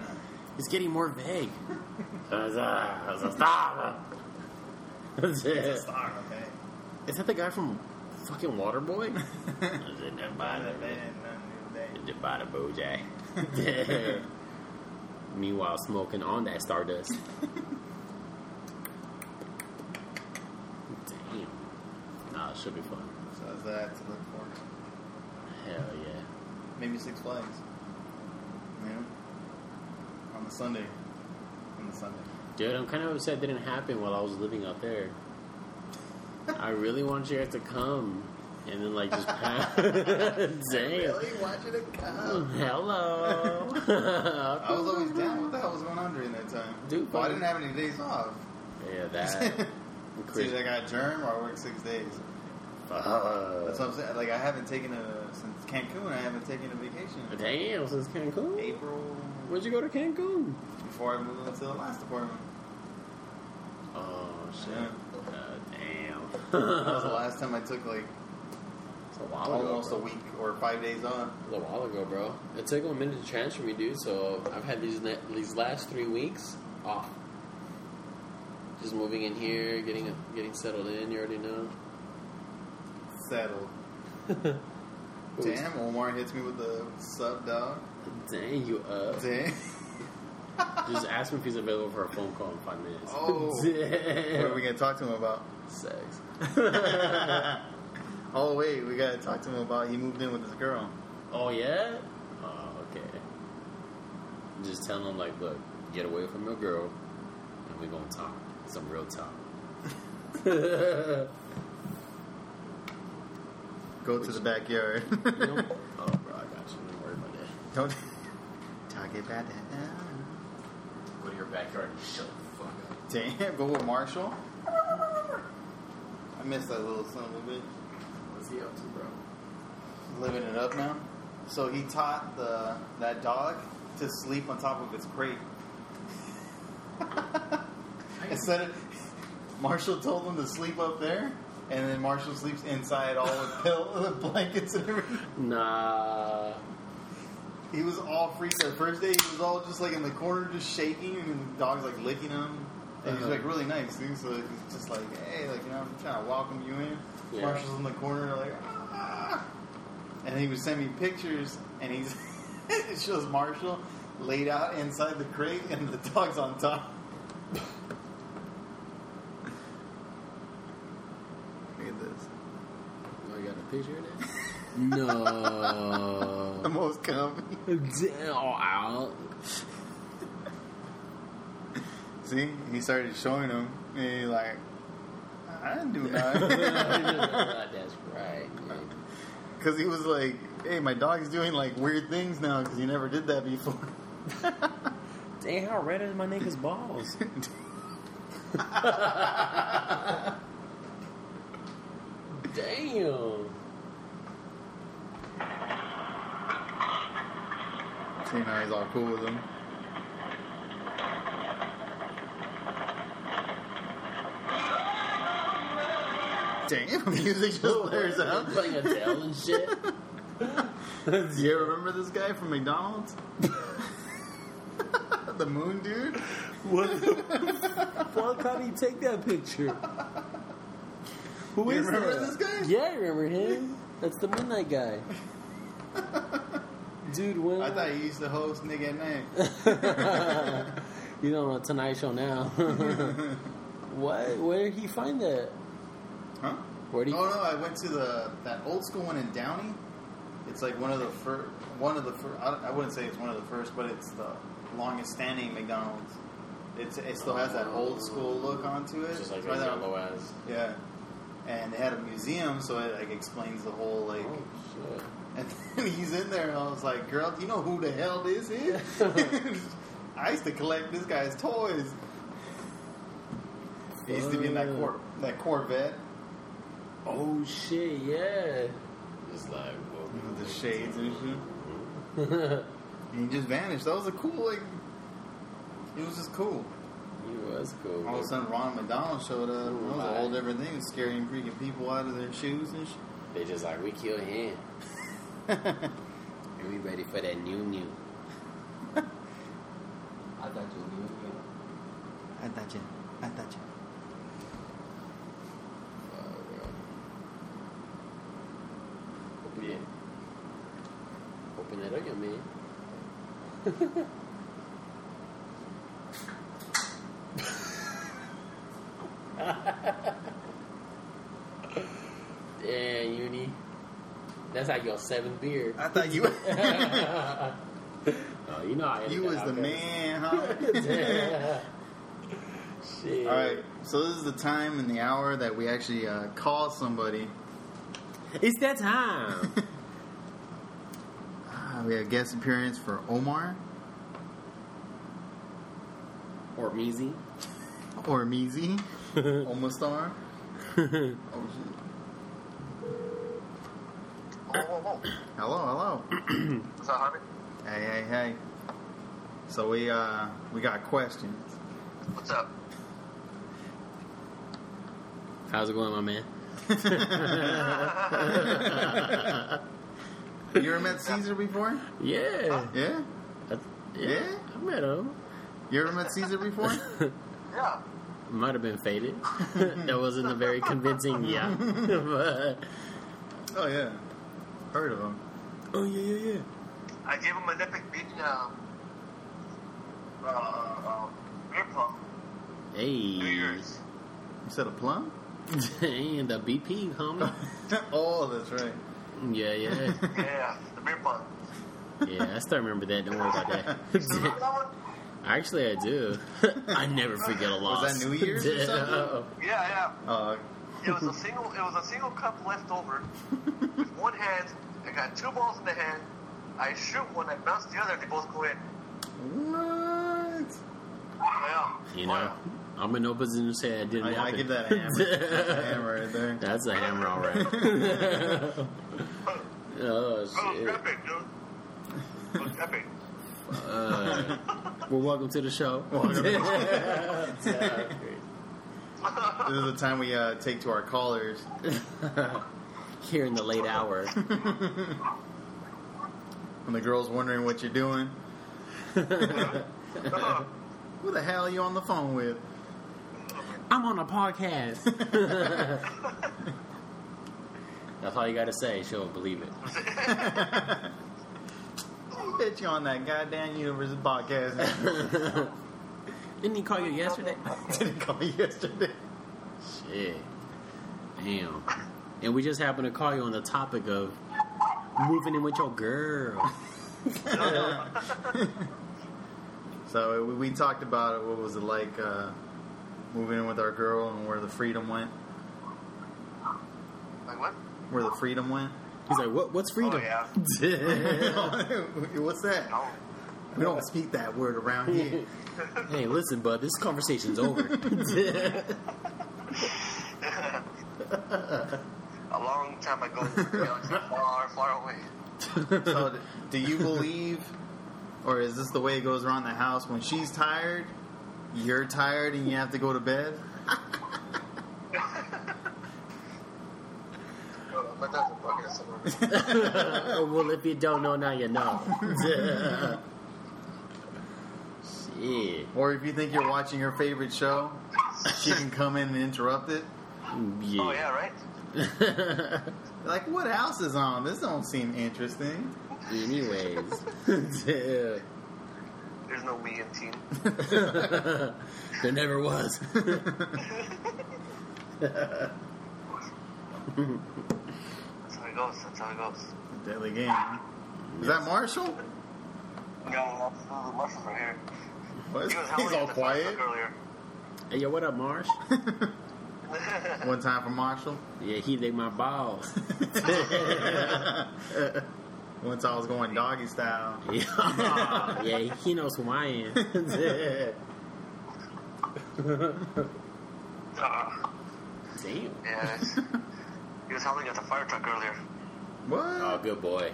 Speaker 2: He's getting more vague. Is
Speaker 1: Star, okay.
Speaker 2: that the guy from fucking Waterboy? Bada Bojay. Meanwhile, smoking on that Stardust. Damn. Nah, it should be fun.
Speaker 1: So that's that to look forward to.
Speaker 2: Hell yeah.
Speaker 1: Maybe Six Flags. You know? On the Sunday. On the Sunday.
Speaker 2: Dude, I'm kind of upset it didn't happen while I was living out there. I really wanted you guys to come and then, like, just pass. Damn.
Speaker 1: Really? Watching it come.
Speaker 2: Hello.
Speaker 1: I was always down. What the hell was going on during that time?
Speaker 2: Dude,
Speaker 1: well, I
Speaker 2: fucking-
Speaker 1: didn't have any days off.
Speaker 2: Yeah, that.
Speaker 1: See,
Speaker 2: Chris,
Speaker 1: I got a germ or I worked six days. uh, That's what I'm saying. Like, I haven't taken a, since Cancun, I haven't taken a vacation.
Speaker 2: Damn, since Cancun.
Speaker 1: April,
Speaker 2: Where'd you go to Cancun?
Speaker 1: before I moved into the last apartment.
Speaker 2: Oh, shit.
Speaker 1: Yeah.
Speaker 2: Uh, damn.
Speaker 1: That was the last time I took, like,
Speaker 2: It's a while ago.
Speaker 1: almost a
Speaker 2: bro.
Speaker 1: week or five days off.
Speaker 2: It was a while ago, bro. It took a minute to transfer me, dude. So I've had these ne- these last three weeks off. Just moving in here, getting getting settled in. You already know.
Speaker 1: Settled. Damn, Omar hits me with the sub dog.
Speaker 2: Dang, you up?
Speaker 1: Damn.
Speaker 2: Just ask him if he's available for a phone call in five minutes.
Speaker 1: Oh. What are we
Speaker 2: damn.
Speaker 1: going to talk to him about?
Speaker 2: Sex.
Speaker 1: oh, wait, we got to talk to him about he moved in with this girl.
Speaker 2: Oh yeah. Oh okay. Just tell him like, look, get away from your girl, and we're gonna talk some real talk. Oh,
Speaker 1: Go to the backyard.
Speaker 2: You know- Oh, bro, I got you. Don't worry about that.
Speaker 1: Don't talk about that.
Speaker 2: go to your backyard and shut the fuck up.
Speaker 1: Damn, go with Marshall. I missed that little son of a bitch.
Speaker 2: What's he up to, bro?
Speaker 1: Living it up now. So he taught the that dog to sleep on top of its crate. Instead of Marshall told him to sleep up there, and then Marshall sleeps inside all with pillow, the blankets, and everything.
Speaker 2: Nah.
Speaker 1: He was all freaked out. First day, he was all just like in the corner, just shaking, and the dog's like licking him. And he's
Speaker 2: Uh-huh.
Speaker 1: like really nice, dude. So like, he's just like, hey, like you know, I'm trying to welcome you in.
Speaker 2: Yeah.
Speaker 1: Marshall's in the corner, like, ah. and he would send me pictures, and he's it shows Marshall laid out inside the crate, and the dog's on top. Look at this.
Speaker 2: Oh, you got a picture of that? no.
Speaker 1: The most comfy.
Speaker 2: Damn, all out.
Speaker 1: See, he started showing him, and he's like, I didn't do nothing.
Speaker 2: That's right. dude.
Speaker 1: Because he was like, hey, my dog's doing like weird things now because he never did that before.
Speaker 2: Dang, how red is my nigga's balls? Damn.
Speaker 1: So now he's all cool with him. Damn, music just blares out.
Speaker 2: Playing Adele and shit.
Speaker 1: Do you remember this guy from McDonald's? the moon dude?
Speaker 2: what the fuck? How do you take that picture? Who
Speaker 1: You
Speaker 2: is
Speaker 1: remember
Speaker 2: that?
Speaker 1: this guy?
Speaker 2: Yeah, I remember him. That's the midnight guy. Dude, when
Speaker 1: I thought he used to host Nigga at Night.
Speaker 2: you don't know Tonight Show now. what? Where did he find that?
Speaker 1: Huh?
Speaker 2: Where do you?
Speaker 1: Oh no, I went to the that old school one in Downey. It's like one of the first, one of the first. I, I wouldn't say it's one of the first, but it's the longest standing McDonald's. It's, it still has that old school look onto it. It's right there.
Speaker 2: ass.
Speaker 1: yeah. And they had a museum, so it like explains the whole like.
Speaker 2: Oh shit.
Speaker 1: And then he's in there, and I was like, "Girl, do you know who the hell this is?" I used to collect this guy's toys. He used to be in that cor- that Corvette.
Speaker 2: Oh shit, yeah. It's like
Speaker 1: With the shades and shit. And he just vanished. That was a cool, like, it was just cool.
Speaker 2: he was cool.
Speaker 1: All of a sudden, Ron McDonald showed up. It was a
Speaker 2: Mm-hmm. Right.
Speaker 1: whole different thing, scaring freaking people out of their shoes and shit.
Speaker 2: They just like we killed him. and we ready for that new new. I thought you knew him.
Speaker 1: I thought you. I thought you.
Speaker 2: Oh, Open it. Open that up, man. Damn, uni. That's like your seventh beer.
Speaker 1: I thought you.
Speaker 2: Oh, you know I
Speaker 1: you was the man, huh?
Speaker 2: Shit.
Speaker 1: All right. So this is the time and the hour that we actually uh, call somebody.
Speaker 2: It's that time.
Speaker 1: Uh, we have guest appearance for Omar
Speaker 2: or Measy.
Speaker 1: or Meezy, Omastar. Oh, shit.
Speaker 3: Whoa, whoa, whoa.
Speaker 1: Hello, hello.
Speaker 3: What's up, Harvey?
Speaker 1: Hey, hey, hey. So we uh we got questions.
Speaker 3: What's up?
Speaker 2: How's it going, my man?
Speaker 1: You ever met Caesar before?
Speaker 2: Yeah.
Speaker 1: Yeah?
Speaker 2: That's-
Speaker 1: Yeah?
Speaker 2: I met him.
Speaker 1: You ever met Caesar before?
Speaker 3: Yeah.
Speaker 2: Might have been faded. that wasn't a very convincing yeah. but,
Speaker 1: Oh yeah. Heard of him.
Speaker 2: oh, yeah, yeah, yeah.
Speaker 3: I gave him an epic beating, um, uh, uh, beer pong, New
Speaker 2: Hey.
Speaker 3: Year's.
Speaker 1: You said a plum?
Speaker 2: Dang, the BP, homie.
Speaker 1: oh, that's right.
Speaker 2: yeah, yeah.
Speaker 3: Yeah, the beer pong.
Speaker 2: Yeah, I still remember that. Don't worry about
Speaker 3: You remember
Speaker 2: that.
Speaker 3: that one?
Speaker 2: Actually, I do. I never forget a loss.
Speaker 1: that New Year's or something?
Speaker 3: Yeah,
Speaker 1: Uh,
Speaker 3: yeah. It was a single. It was a single cup left over. With one hand, I got two balls in the hand. I shoot one, I bounce the other, and they both go in.
Speaker 1: what?
Speaker 3: yeah.
Speaker 2: You know, I'm in no position to say I didn't.
Speaker 1: I, I
Speaker 2: happen.
Speaker 1: give that a hammer. That's a hammer right there.
Speaker 2: That's a hammer, all right. oh
Speaker 3: Oh,
Speaker 2: shit!
Speaker 3: epic, dude. It was epic.
Speaker 2: Uh, well, welcome to the show.
Speaker 1: Welcome.
Speaker 2: Yeah,
Speaker 1: This is the time we uh, take to our callers.
Speaker 2: great. Here in the late hour.
Speaker 1: When the girl's wondering what you're doing.
Speaker 3: Oh,
Speaker 1: Who the hell are you on the phone with?
Speaker 2: I'm on a podcast. That's all you got to say. She'll believe it.
Speaker 1: Bitch, you on that goddamn universe podcast.
Speaker 2: Didn't he call you yesterday?
Speaker 1: Didn't call me yesterday.
Speaker 2: Shit. Damn. And we just happened to call you on the topic of moving in with your girl.
Speaker 1: So we, we talked about it. What was it like uh, moving in with our girl and where the freedom went?
Speaker 3: like what?
Speaker 1: Where the freedom went?
Speaker 2: He's like, "What? What's freedom?"
Speaker 3: Oh yeah.
Speaker 1: What's that?
Speaker 3: No.
Speaker 1: We don't speak that word around here.
Speaker 2: hey, listen, bud. This conversation's over.
Speaker 3: A long time ago. You know, it's far, far away.
Speaker 1: So, d- do you believe, or is this the way it goes around the house? When she's tired, you're tired, and you have to go to bed.
Speaker 3: Uh, But that's a podcast. somewhere.
Speaker 2: well, if you don't know now, you know. Shit.
Speaker 1: Or if you think you're watching your favorite show, she can come in and interrupt it.
Speaker 2: Yeah.
Speaker 3: Oh yeah, right.
Speaker 1: Like, what house is on? This don't seem interesting.
Speaker 2: Anyways, Dude.
Speaker 3: There's no me in team.
Speaker 2: there never was.
Speaker 3: That's how it goes. That's how it goes.
Speaker 1: Deadly game. huh? Is that Marshall?
Speaker 3: We got lots of little muscles right here.
Speaker 1: What?
Speaker 3: He was howling
Speaker 1: He's
Speaker 3: at
Speaker 1: all
Speaker 3: the
Speaker 1: quiet.
Speaker 3: Facebook earlier.
Speaker 2: Hey, yo, what up, Marsh?
Speaker 1: One time for Marshall.
Speaker 2: Yeah, he licked my balls.
Speaker 1: Once I was going doggy style.
Speaker 2: yeah, Yeah, he knows who I am.
Speaker 3: Uh,
Speaker 2: Damn.
Speaker 3: yeah. it's- He was howling at the fire truck earlier.
Speaker 1: What?
Speaker 2: Oh, good boy.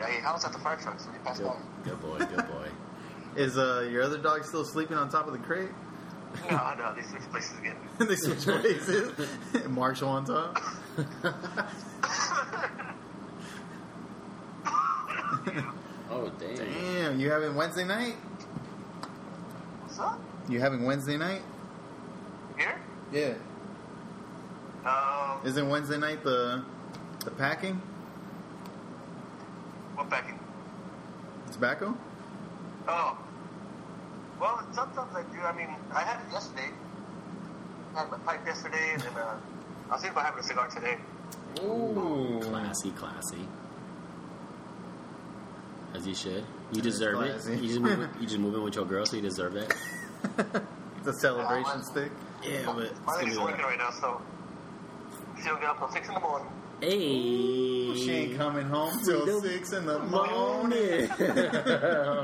Speaker 3: Yeah, he howls at the fire truck, so he passed
Speaker 2: Good,
Speaker 3: by.
Speaker 2: good boy. Good boy.
Speaker 1: Is uh, your other dog still sleeping on top of the crate?
Speaker 3: No, no, they switched places again.
Speaker 1: they switch places. Marshall on top.
Speaker 2: Oh, damn.
Speaker 1: Damn, you having Wednesday night?
Speaker 3: What's up?
Speaker 1: You having Wednesday night?
Speaker 3: Here?
Speaker 1: Yeah.
Speaker 3: Um,
Speaker 1: Isn't Wednesday night the the packing?
Speaker 3: what packing?
Speaker 1: Tobacco?
Speaker 3: Oh. Well, sometimes I do. I mean, I had it yesterday. I had my pipe yesterday, and then uh, I was thinking about having a cigar today.
Speaker 1: Ooh.
Speaker 2: Classy, classy. As you should. You deserve
Speaker 1: Classy.
Speaker 2: it. You just, move, you just move in with your girl, so you deserve that.
Speaker 1: The celebration stick.
Speaker 2: Yeah, but it's
Speaker 3: My
Speaker 2: gonna be
Speaker 3: lady's working
Speaker 2: like,
Speaker 3: right now, so she'll get up till 6 in the morning.
Speaker 2: hey,
Speaker 1: She ain't coming home till
Speaker 2: Nope.
Speaker 1: six in the morning.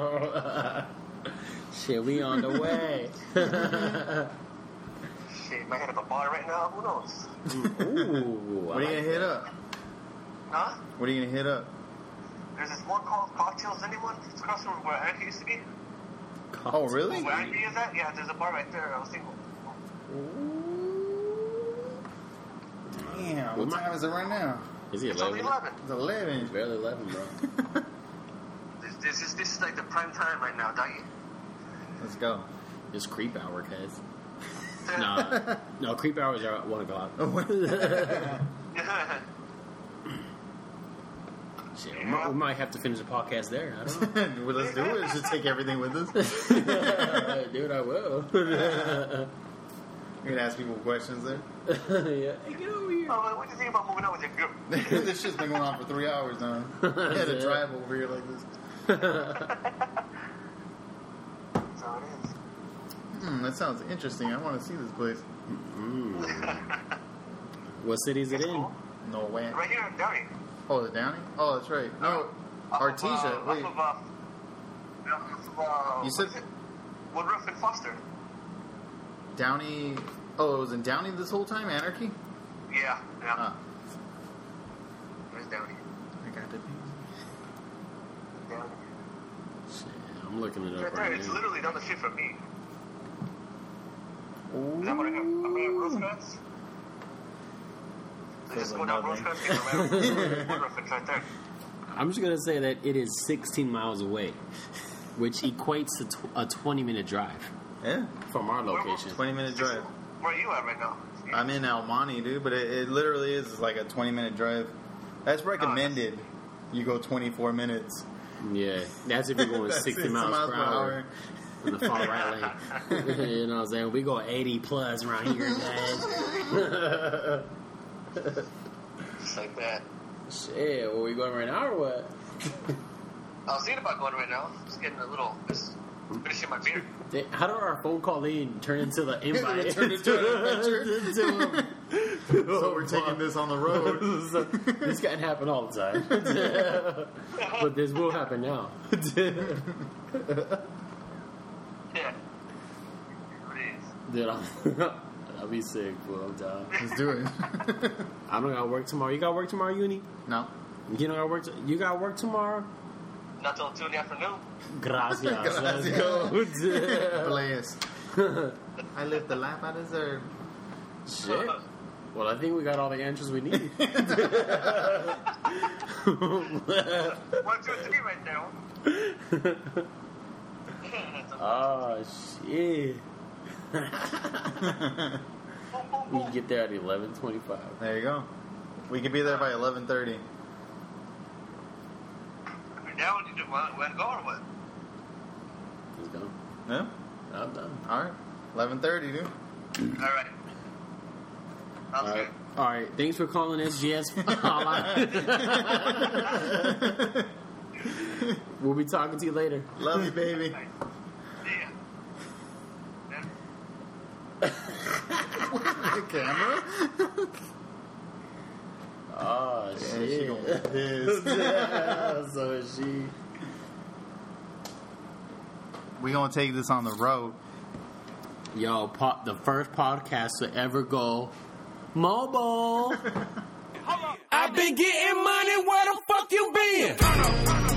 Speaker 2: morning. Shit, we on the way.
Speaker 3: She might head up a bar right now. Who knows?
Speaker 2: Ooh, I
Speaker 1: What are you
Speaker 2: like
Speaker 1: gonna hit up?
Speaker 3: Huh?
Speaker 1: What are you gonna hit up?
Speaker 3: There's this one called Cocktails Anyone. It's across from where Andy used to be.
Speaker 2: cocktail.
Speaker 1: Oh, really?
Speaker 3: Where Andy is at? Yeah, there's a bar right there. I was single.
Speaker 1: Damn. What
Speaker 2: What
Speaker 1: time is it right now?
Speaker 2: Is he
Speaker 3: It's only
Speaker 2: eleven?
Speaker 3: 11.
Speaker 1: It's eleven.
Speaker 2: Barely eleven, bro.
Speaker 3: This, this, is, this is like the prime time right now, doggy.
Speaker 1: Let's go.
Speaker 2: It's creep hour, cuz. Nah, no, creep hours are at one o'clock.
Speaker 1: Oh.
Speaker 2: Shit, we might, we might have to finish the podcast there. I don't know.
Speaker 1: well, let's do it. Just take everything with us.
Speaker 2: Dude, I will.
Speaker 1: You're gonna ask people questions there.
Speaker 2: yeah. Hey, get over here.
Speaker 3: Oh, what do you think about moving out with your girl?
Speaker 1: this shit's been going on for three hours now. I had to drive over here like this.
Speaker 3: That's how it is.
Speaker 1: Hmm, that sounds interesting. I want to see this place.
Speaker 2: What city is it
Speaker 3: It's
Speaker 2: Hmm. in?
Speaker 3: cool.
Speaker 1: No way.
Speaker 3: Right here in Derry.
Speaker 1: Oh, the Downey? Oh, that's right. No,
Speaker 3: Off of,
Speaker 1: Artesia.
Speaker 3: Uh,
Speaker 1: Wait,
Speaker 3: Off of, uh, off of, uh,
Speaker 1: you said
Speaker 3: what is it? Woodruff and Foster.
Speaker 1: Downey. Oh, it was in Downey this whole time. Anarchy.
Speaker 3: Yeah, yeah.
Speaker 1: Ah,
Speaker 3: There's Downey.
Speaker 1: I got it.
Speaker 3: Downey.
Speaker 2: Shit, I'm looking it
Speaker 3: Right
Speaker 2: up
Speaker 3: there,
Speaker 2: right
Speaker 3: it's
Speaker 2: now.
Speaker 3: literally down the street from me.
Speaker 1: Ooh.
Speaker 3: Is that what I have? I'm gonna have roof guns. I
Speaker 1: Feels
Speaker 3: just go
Speaker 1: like
Speaker 3: down roof
Speaker 1: nothing.
Speaker 3: guns and I'm Woodruff and right there.
Speaker 2: I'm just gonna say that it is 16 miles away, which equates to tw- a 20 minute drive
Speaker 1: Yeah,
Speaker 2: from our
Speaker 3: Where-
Speaker 2: location.
Speaker 1: twenty minute drive.
Speaker 3: Where are you at right now?
Speaker 1: I'm in Almani, dude, but it, it literally is like a 20 minute drive. That's recommended. You go 24 minutes.
Speaker 2: Yeah, that's if you're going
Speaker 1: That's
Speaker 2: 60
Speaker 1: 60
Speaker 2: miles, per hour in the far right lane. you know what I'm saying? We go 80 plus around here, man.
Speaker 3: Just like that.
Speaker 2: Shit, where we going right now or what?
Speaker 3: I was thinking about going right now. Just getting a little, just finishing my beer.
Speaker 2: They- How do our phone call in turn into the invite?
Speaker 1: Turn into an
Speaker 2: To-
Speaker 1: So we're taking this on the road.
Speaker 2: So, this can happen all the time, but this will happen now.
Speaker 3: Yeah. It is.
Speaker 2: Dude, I'll, I'll be sick, bro. I'm down.
Speaker 1: Let's do it.
Speaker 2: I don't got work tomorrow. You got work tomorrow, Uni?
Speaker 1: no.
Speaker 2: You know, I work. T- you got work tomorrow.
Speaker 3: Not till 2 in the afternoon.
Speaker 2: Gracias. Let's
Speaker 1: Gracias.
Speaker 2: go.
Speaker 1: Bless. I live the life I deserve.
Speaker 2: Shit. Well, I think we got all the answers we need.
Speaker 3: One, two, three right there. That's a-
Speaker 2: oh shit!
Speaker 3: boom, boom,
Speaker 2: We
Speaker 3: boom.
Speaker 2: can get there at eleven twenty-five.
Speaker 1: There you go. We could be there by 11.30.
Speaker 3: Now what do you do? Want to go or what?
Speaker 2: Let's go.
Speaker 1: Yeah?
Speaker 2: I'm done.
Speaker 1: All right. 11.30, dude.
Speaker 3: All right. Sounds
Speaker 2: All right.
Speaker 3: good.
Speaker 2: All right. Thanks for calling SGS. hotline. we'll be talking to you later.
Speaker 1: Love you, baby.
Speaker 3: Yeah. That-
Speaker 1: Camera?
Speaker 2: Oh
Speaker 1: Yeah, she
Speaker 2: shit!
Speaker 1: gonna be pissed.
Speaker 2: so is she.
Speaker 1: we going to take this on the road.
Speaker 2: Yo, po- the first podcast to ever go mobile.
Speaker 4: I've been getting money, where the fuck you been?